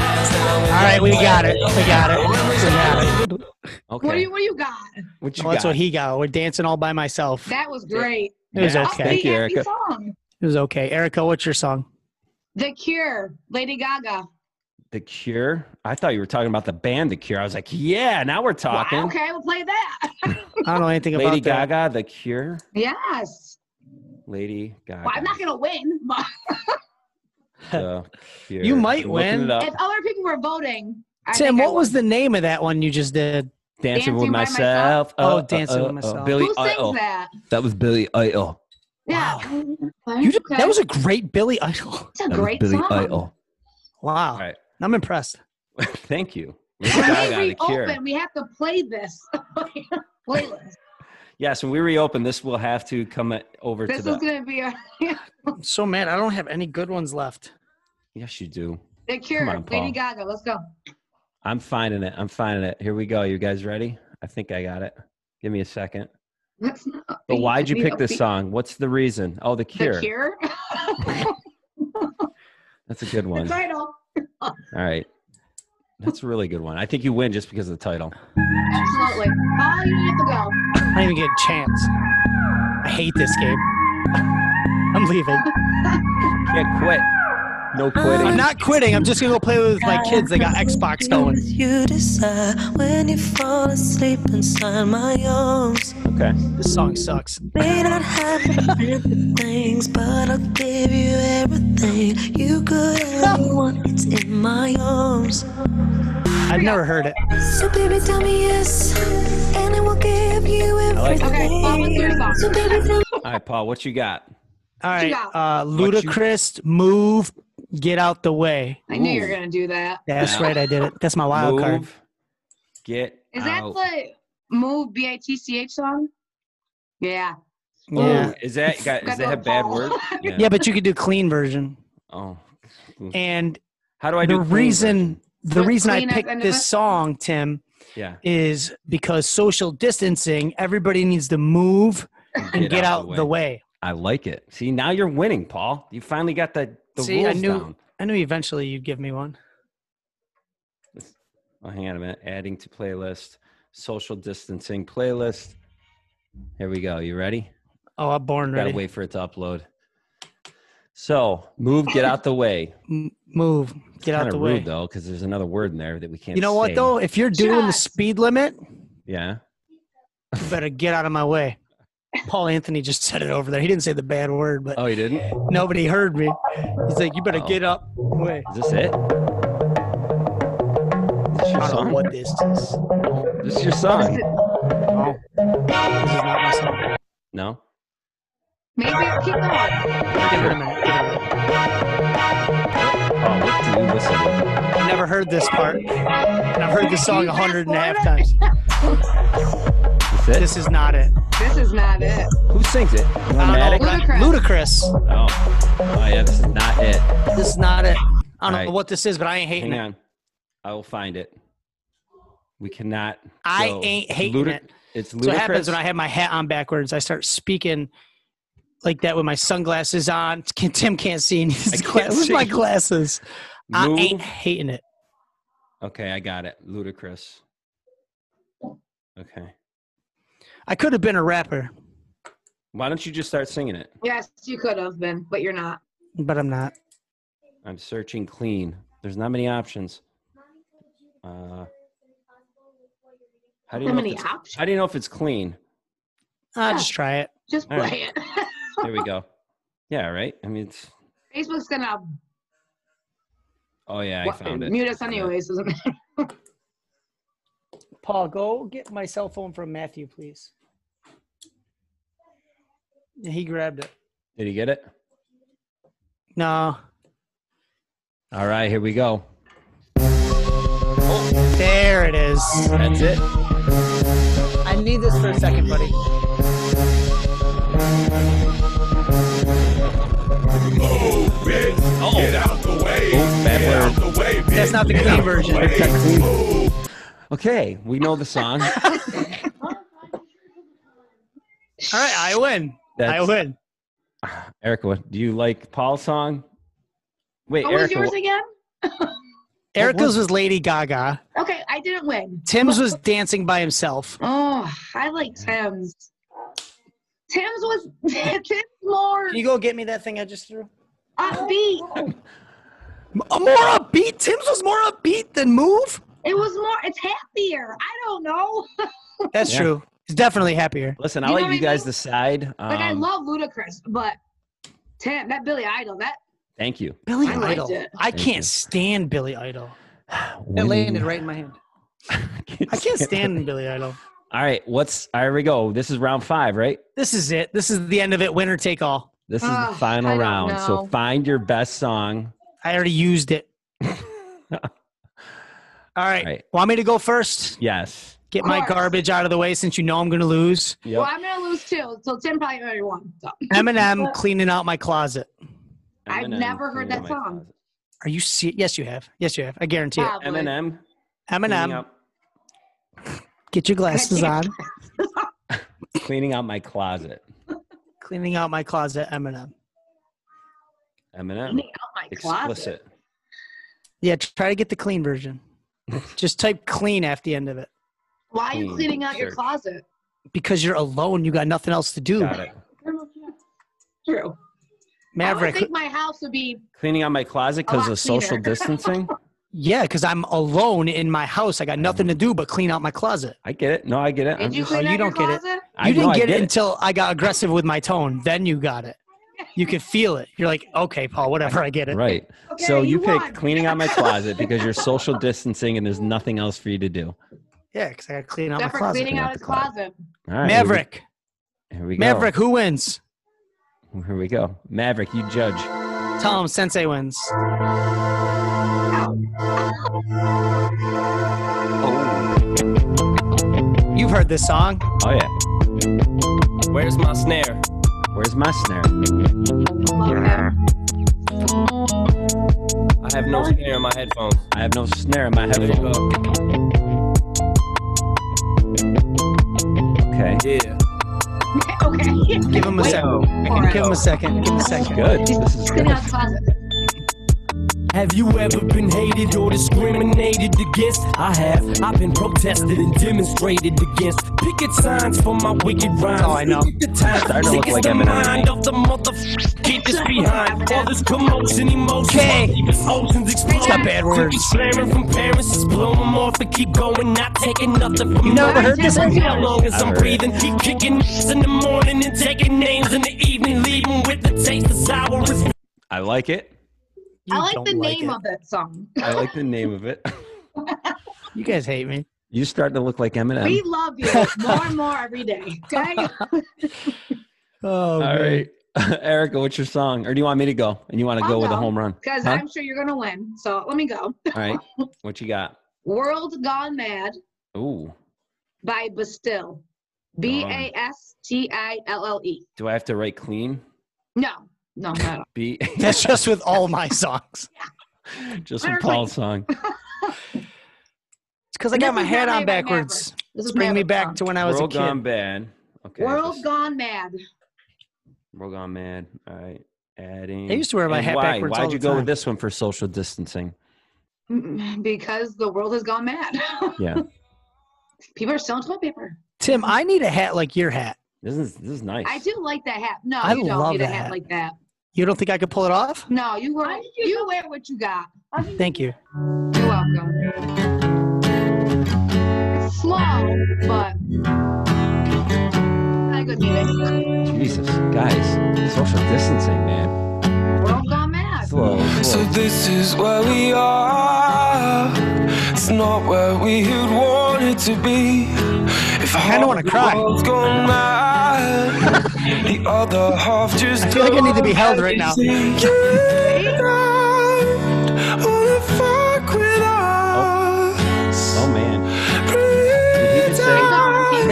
dancing all with All right, we got it. We got it. We got it. Okay. What do you? What do you got? What you Well, Oh, that's got? what he got. We're dancing all by myself. That was great. It was Yeah, okay. thank Upbeat, you, happy Erica. Song. It was okay. Erica, what's your song? The Cure, Lady Gaga. The Cure. I thought you were talking about the band The Cure. I was like, yeah, now we're talking. Wow, okay, we'll play that. <laughs> I don't know anything about Lady that. Gaga, The Cure. yes. Lady Gaga. Well, I'm not gonna win, but <laughs> The Cure. You might I'm looking win. it up. if other people were voting, I Tim, think I what was would. the name of that one you just did? Dancing, with Dancing by myself. uh, Oh, Dancing with myself. Billy Who sings Idol. that? That was Billy Idol. Yeah. You just, Okay. That was a great Billy Idol. <laughs> It's a That was great Billy song. Idol. Wow. All right. <laughs> I'm impressed. Thank <laughs> you. Lady When Gaga, we The Cure. reopen, we have to play this <laughs> playlist. Yes, when we reopen, this will have to come at- over this is to the. gonna be a I'm so mad. I don't have any good ones left. Yes, you do. The Cure, on, Paul. Lady Gaga. Let's go. I'm finding it. I'm finding it. Here we go. You guys ready? I think I got it. Give me a second. Let's not But be- why'd you be pick this upbeat. song? What's the reason? Oh, The Cure. The Cure. <laughs> That's a good the one. title. All right. That's a really good one. I think you win just because of the title. Absolutely. Oh, you have to go. I don't even get a chance. I hate this game. <laughs> I'm leaving. Can't quit. No quitting. I'm not quitting. I'm just gonna go play with my kids. They got Xbox going. You decide when you fall asleep inside my arms. Okay. This song sucks. May not have perfect things, but I'll give you everything you could ever want. It's in my arms. I've never heard it. So baby, tell me yes, and I will give you like it. everything. Okay, Paul, what's your song? so baby, tell me All right, Paul, what you got? All right, got? uh, Ludacris, move, get out the way. I knew you were gonna do that. That's Yeah. right, I did it. That's my wild Move. card. Get Is that out. the Move B I T C H song? Yeah. Yeah, Ooh, is <laughs> that got, does that Got the have bad Paul. words? yeah, but you could do clean version. Oh. And How do I do the clean reason, the With reason I clean at the picked end of it? this song, Tim, version? Yeah. is because social distancing, everybody needs to move and get, out, the, way. I like it. See, now you're winning, Paul. You finally got the, the See, I rules knew- down. I knew eventually you'd give me one. Oh, hang on a minute. Adding to playlist, social distancing playlist. Here we go. You ready? Oh, I'm born ready. Gotta wait for it to upload. So move, get out the way. M- move, get out Kinda the rude way. though, because there's another word in there that we can't. You know what say. though? If you're doing the Just- <laughs> speed limit, Yeah. you better get out of my way. Paul Anthony just said it over there. He didn't say the bad word, but Oh, you didn't. Is nobody heard me. He's like, "You better Oh. get up." Wait, this it? Is this your I don't know song? what this is. This is your song? This is not my song. No. Maybe I'll keep going. Give it a minute. Give it a minute. Oh, what do you listen to? I've never heard this part, and I've heard this song a You hundred and a half fast-forward times. This it? This is not it. This is not it. Who sings it? I Nomadic? don't know what I- Ludacris. Oh. Oh yeah, this is not it. This is not it. I don't know Right. what this is, but I ain't hating Hang it. on. I will find it. We cannot. I go. ain't hating Ludic- it. It's So what happens ludicrous. when I have my hat on backwards? I start speaking like that with my sunglasses on. Can- <laughs> Tim can't see. in His can't gla- Where's my see. glasses? I Move- ain't hating it. Okay, I got it. Ludicrous. Okay. I could have been a rapper, Why don't you just start singing it? Yes, you could have been, but you're not. but I'm not. I'm searching clean. There's not many options. Uh, how do you How know if many it's, options? how do you know if it's clean? I'll just try it. Just All right. play it. <laughs> There we go. Yeah, right. I mean, it's Facebook's gonna oh yeah, I wa- found it. mute us anyways, isn't it? Paul, go get my cell phone from Matthew, please. Yeah, He grabbed it. Did you get it? No. All right, here we go. There it is. That's it. Oh, I need this for a second, buddy. Move it. Get out the way. bad Get word. out the way, bitch. That's not the Get clean out version. way. That's not clean. Move. Okay, we know the <laughs> song. All right, I win. I That's- win. Erica, what- do you like Paul's song? Wait, Oh, What was Erica. yours again? Erica's was Lady Gaga. Okay, I didn't win. Tim's was <laughs> dancing by himself. Oh, I like Tim's. Tim's was <laughs> Tim's more Can you go get me that thing I just threw? upbeat. Uh, more upbeat. Tim's was more upbeat than Move. It was more. It's happier. I don't know. That's Yeah. true. He's definitely happier. Listen, You I'll know let what you I guys mean? decide. Um, Like I love Ludacris, but Tim, that Billy Idol, that thank you. Billy I liked Idol. it. I Thank can't you. stand Billy Idol. It Winning. landed right in my hand. I <laughs> can't stand Billy Idol. All right, what's? All right, we go. This is round five, right? This is it. This is the end of it. Winner take all. This is Ugh, the final Ah, I don't round. So know. find your best song. I already <laughs> used it. All right. Right. Want me to go first? Yes. Get Of my course. garbage out of the way since you know I'm going to <laughs> lose. Yep. well, I'm gonna lose too. So Tim probably already won. So Eminem cleaning out my closet. I've Eminem, never Clean heard that Out My song. Closet. Are you see? Yes, you have. Yes, you have. I guarantee it. probably. Eminem. Cleaning Eminem, out, <laughs> get your glasses on. cleaning out my closet. Cleaning out my closet, Eminem. Eminem. Cleaning out my closet. Explicit. Yeah, try to get the <laughs> clean version. Just type clean at the end of it Why are you Clean cleaning out your search. closet? because you're alone. You got nothing else to do. Got it. True. I would Oh, Maverick. think my house would be. Cleaning out my closet A lot because of social cleaner. distancing. Yeah, because I'm alone in my house. I got nothing to do but clean out my closet. I get it. No, I get it. I'm Did you just- clean you out your don't get it. closet? I You know didn't I get, it it. until I got aggressive with my tone. Then you got it. You could feel it. You're like, okay, Paul, whatever. I get it. Right. Okay, so you, you pick won. cleaning <laughs> out my closet because you're social distancing and there's nothing else for you to do. Yeah, because I got to clean out my Except for closet. cleaning Clean out out his the closet. closet. All right. here we- Maverick. Here we go. Maverick, who wins? Here we go. Maverick, you judge. Tell him Sensei wins. Oh, You've heard this song. oh yeah. Where's my snare? Where's my snare? <laughs> I have no snare in my headphones. I have no snare in my There you headphone. go. Okay. Yeah. Okay. Give him a Wait, second. for it. Give him a second. Give him a second. Good. This is Cleaning good. out his closet. Have you ever been hated or discriminated against? I have. I've been protested and demonstrated against. Picket signs for my wicked rhymes. Oh, I know. Look at The time. to look Sick is like the Eminem. mind of the motherfucker. Keep this behind. All this commotion, emotion. Okay. Oceans explode. got bad words. Cookies flaring from parents. Just blow 'em off and keep going. Not taking nothing from You never nothing. heard this Alright, one? Tim, As long as I'm I've heard it. breathing, keep kicking in the morning and taking names in the evening, leaving with the taste of sour. as I like it. <laughs> I You like don't the name it. of that song. I like the name of it. <laughs> You guys hate me. You starting to look like Eminem. We love you more and more every day. <laughs> Okay? Oh, All right. <laughs> Erica, what's your song? Or do you want me to go? And you want to I'll go with a go. home run? Because Huh? I'm sure you're gonna win. So let me go. All right. What you got? World Gone Mad Ooh. by Bastille. B A S T I L L E. Do I have to write clean? No, no, not at all. B <laughs> That's just with all my songs. <laughs> just from Maverick. Paul's song. It's because I And got this my is hat not on made by backwards. This is Bring me Maverick's back song. to when I was World a kid. Gone Bad. Okay. World just- Gone Mad. World Gone Mad. All right. Adding. I used to wear my And hat why? backwards all Why'd you the go time. with this one for social distancing? Mm, Because the world has gone mad. <laughs> Yeah. People are selling toilet paper. Tim, I need a hat like your hat. This is this is nice. I do like that hat. No, I you don't love need a that hat hat. like that. You don't think I could pull it off? No, you wear you wear what you got. Thank you. You're welcome. It's slow, but not good music. Jesus, guys, social distancing, man. World gone mad. Slow, So slow. this is where we are. It's not where we had wanted to be. If I kinda wanna cry. World's gone mad. the other half just I feel like I need to be held right now. Oh man. Did he just say?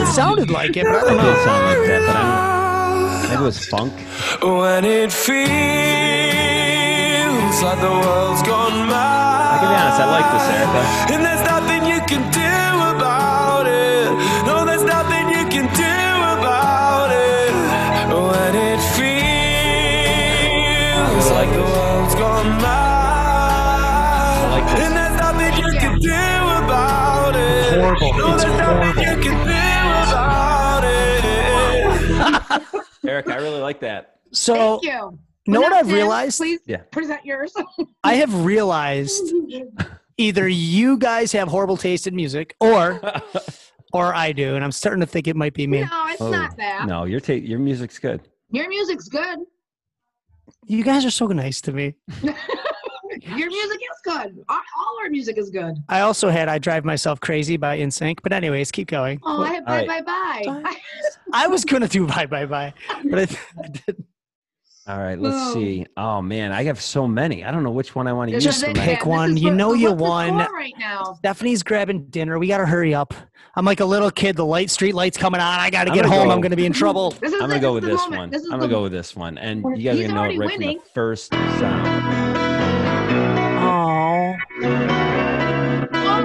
It <laughs> sounded like it, but I I don't think know. it sounded like that, but I don't. Maybe it was funk. When it feels like the world's gone mad. I can be honest. I like this, Erica. And there's nothing you can do about it. No, there's nothing you can do about it. When it feels like the world's gone mad. like this. and there's nothing you can do about it. Horrible. No, It's there's nothing you horrible. can do about it. Erica, I really like that. So, Thank you. you know what Now, I've Tim, realized? Please Yeah. present yours. <laughs> I have realized either you guys have horrible taste in music, <laughs> or or I do, and I'm starting to think it might be me. No, it's Oh, not that. No, your ta- your music's good. Your music's good. <laughs> You guys are so nice to me. Your music is good. All, all our music is good. I also had "I Drive Myself Crazy" by InSync, but anyways, keep going. Oh, I have all bye right. bye bye. I was gonna do "Bye Bye Bye," but I, I did All right, let's No. see. Oh man, I have so many. I don't know which one I want to <laughs> This use. is Just it, tonight. pick Tim. This one. is You what- know look you what's the won. score right now. Stephanie's grabbing dinner. We gotta hurry up. I'm like a little kid. The light street lights coming on. I gotta I'm get gonna home. go- I'm gonna be in trouble. This is I'm the- gonna go with the this moment. one. This is I'm the gonna go with this one, and you guys are He's gonna know it already right winning. from the first sound. Oh,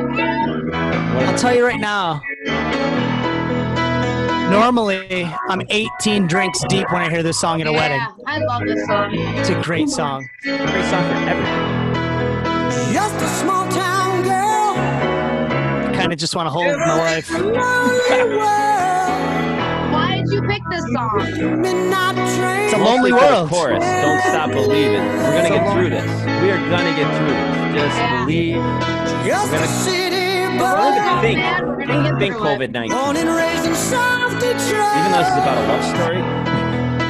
I'll tell you right now. Normally, I'm 18 drinks deep when I hear this song at a wedding. Yeah, I love this song. It's a great song. Great song for everything. Just a small town girl. Kind of just want to hold my life. Why did you pick this song? It's a lonely world. Chorus. Don't stop believing. We're gonna get through this. We are gonna get through this. Just Yeah. believe. Just a city We're We're gonna gonna think. get through it. Think COVID nineteen. and raised in South Detroit. Even though this is about a love story,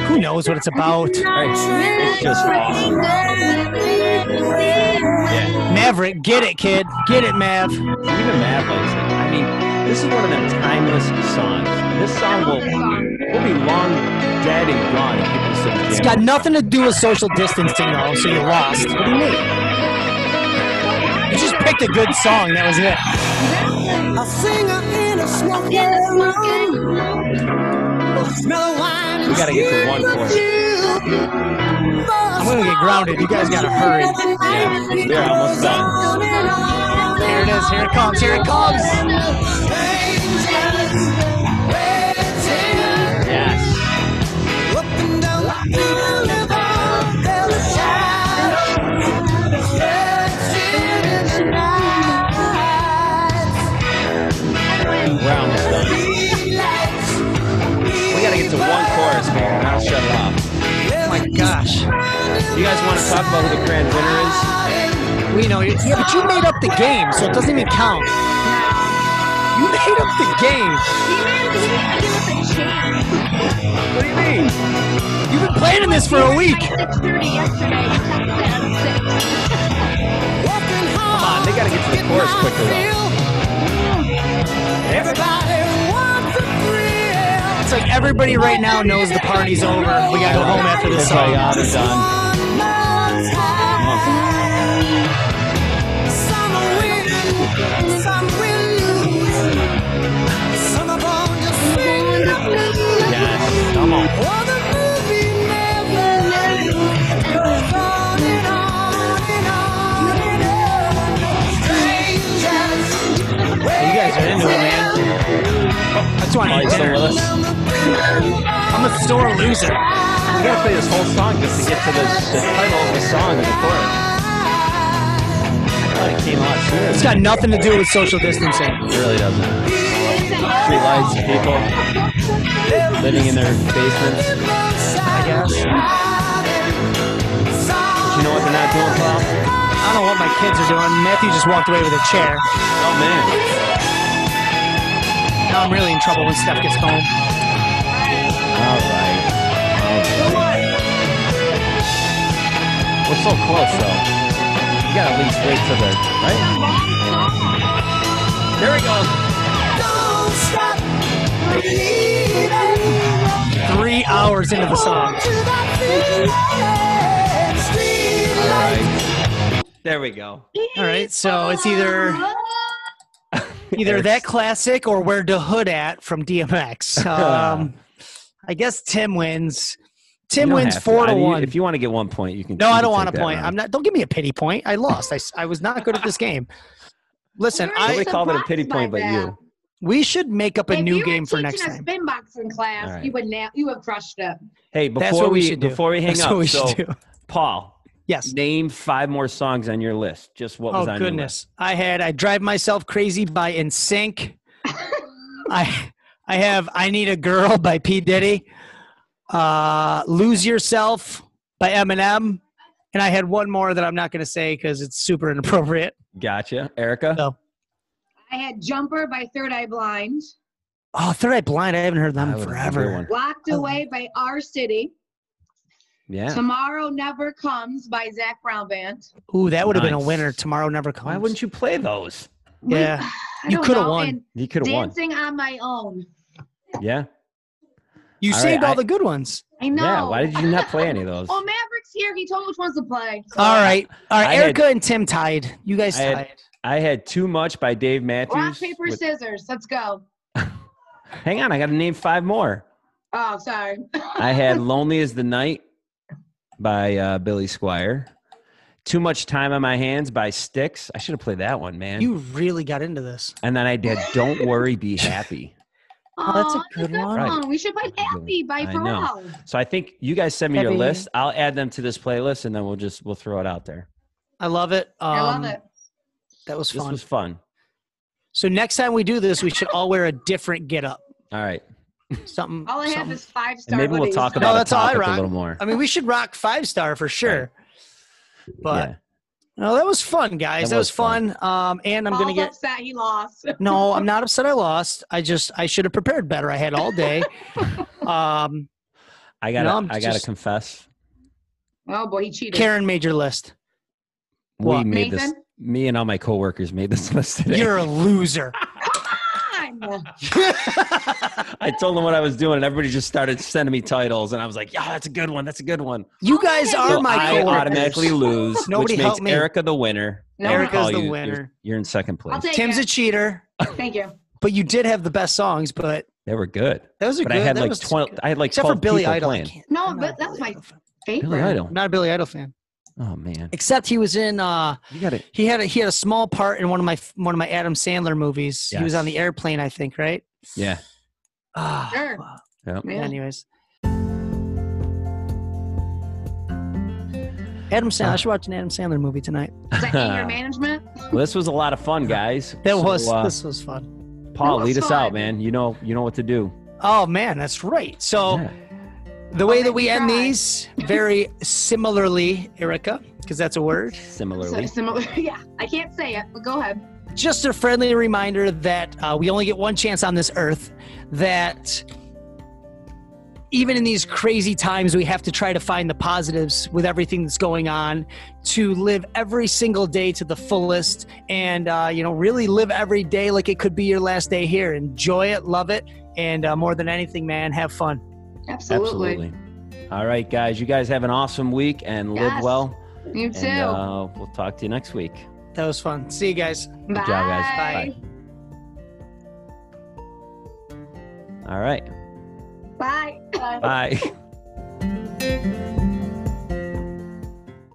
Who knows what it's about? right, it's just awesome. Yeah. Maverick, get it, kid. Get it, Mav. Even Matt likes it. I mean, this is one of them timeless songs. This song will, will be long dead and gone if people still jam It's got nothing to do with social distancing, though, so you lost. What do you mean? You just picked a good song. That was it. A singer in a smoking room. Smell of wine and We gotta get to one chorus. I'm gonna get grounded. You guys gotta hurry. Yeah, we're almost done. Here it is. Here it comes. Here it comes. Yes. We're almost done. We gotta get to one chorus, man, and I'll shut it off. Oh my gosh. You guys wanna talk about who the grand winner is? We know. you yeah, but you made up the game, so it doesn't even count. You made up the game. What do you mean? You've been planning this for a week. Come on, they gotta get to the chorus quicker though. It's like everybody right now knows the party's over. We gotta go home after this It's like, song. ah, they're done. Yes. Come on. You guys are into it, man. I just want Are to you eat still dinner. with us? I'm a sore You loser. gotta play this whole song just to get to the, the title of the song and the chorus. Thought it came out sooner. It's got nothing to do with social distancing. It really doesn't. Street lights, people living in their basements. I guess. But you know what they're not doing, Paul? I don't know what my kids are doing. Matthew just walked away with a chair. Oh man. Now I'm really in trouble when Steph gets home. All right. All right. We're so close though. You gotta at least wait till the right. There we go. Three hours into the song. All right. There we go. All right, so it's either either that classic or where the hood at <laughs> from DMX. Um, I guess Tim wins. You Tim don't wins have four I to mean, one. If you want to get one point, you can. no, you I can don't take want a that point. round. I'm not. Don't give me a pity point. I lost. I, s- I was not good at this game. Listen, We're I Nobody called it a surprised pity by point, but that. you. we should make up a if you new were game for teaching next a time. spin boxing class, All right. you would now you would have crushed it. Hey, That's what before we, we should do. before we hang That's up, what we so should do. Paul, <laughs> Yes. name five more songs on your list. Just what was Oh on goodness! I had I drive myself crazy by <laughs> NSYNC. I I have I need a girl by P Diddy. Uh, Lose yourself by Eminem, and I had one more that I'm not going to say because it's super inappropriate. your list. Gotcha, Erica. No. I had Jumper by Third Eye Blind, Oh, Third Eye Blind. I haven't heard I them would have a good forever. one. Locked Oh. Away by Our City, Yeah. Tomorrow Never Comes by Zach Brown Band. Ooh, that would have been a Nice. winner. Tomorrow never comes. Why wouldn't you play those? Yeah. I You don't coulda know, won. and You could have won. Dancing on My Own. Yeah. You All right, saved all I- the good ones. I know. Yeah. Why did you <laughs> not play any of those? Well, Maverick's here. He told me which ones to play. So All right, all right. I had- Erica and Tim tied. You guys I had- tied. I had Too Much by Dave Rock, Matthews. paper, with- scissors. Let's go. hang on, I got to name five more. Oh, sorry. I <laughs> had Lonely as the Night by uh, Billy Squire. Too Much Time on My Hands by Styx. I should have played that one, man. You really got into this. and then I did Don't Worry, Be <laughs> Happy. Oh, that's a Aw, good one. Right. We should play That's a good Happy by I know. Pharrell. So I think you guys send me your Happy. list. I'll add them to this playlist, and then we'll just we'll throw it out there. I love it. Um, I love it. That was This fun. was fun. So next time we do this, we should all wear a different get up. All right, Something. All I have something- is five star. and maybe we'll hoodies. talk No, about that's a all I topic a rock. Uh, little more. I mean, we should rock five star for sure. But Yeah. no, that was fun, guys. That That, was was fun. Um, and I'm gonna Paul's get. upset he lost. <laughs> No, I'm not upset. I lost. I just I should have prepared better. I had all <laughs> day. Um, I gotta No, I'm I gotta just- confess. Oh boy, he cheated. Karen made your list. we What, made this. Nathan? Me and all my coworkers made this <laughs> list today. You're a <laughs> loser. Come <laughs> I told them what I was doing, and everybody just started sending me titles, and I was like, "Yeah, that's a good one. That's a good one." Oh You guys are So Oh my I coworkers. automatically lose, Nobody which makes help me. Erica the winner. No, I'll Erica's call the you. You're- winner. You're in second place. I'll take Tim's a it. cheater, Thank you. but you did have the best songs. But they were good, that was a but good. I had that like was twenty. good. I had like Except for twelve Billy people Idol. I playing. can't- No, I'm but not a that's Billy my Idol fan. Favorite. Billy Idol. I'm not a Billy Idol fan. Oh man, Except he was in uh you got it. he had a he had a small part in one of my one of my Adam Sandler movies. He was Yes. on the airplane, I think, right? Yeah. Ah, Sure. fuck. Yep. Yeah. Anyways. Adam Sandler. Uh. I should watch an Adam Sandler movie tonight. Is <laughs> that anger management? Well, this was a lot of fun, guys. <laughs> That So, was uh, this was fun. Paul. That was lead us fun. out, man. You know, you know what to do. Oh man, that's right. So Yeah. the way I'll that we make you end cry. these very similarly, Erica, because that's a word. Similarly, Similar. <laughs> Yeah, I can't say it, but go ahead. just a friendly reminder that uh, we only get one chance on this earth that even in these crazy times we have to try to find the positives with everything that's going on to live every single day to the fullest and uh, you know really live every day like it could be your last day here enjoy it love it and uh, more than anything man have fun Absolutely. absolutely. All right, guys. You guys have an awesome week and live Yes. well. You too. And uh, we'll talk to you next week. that was fun see you guys Bye. Good job, guys. Bye. All right. <laughs> Bye. Bye. Bye.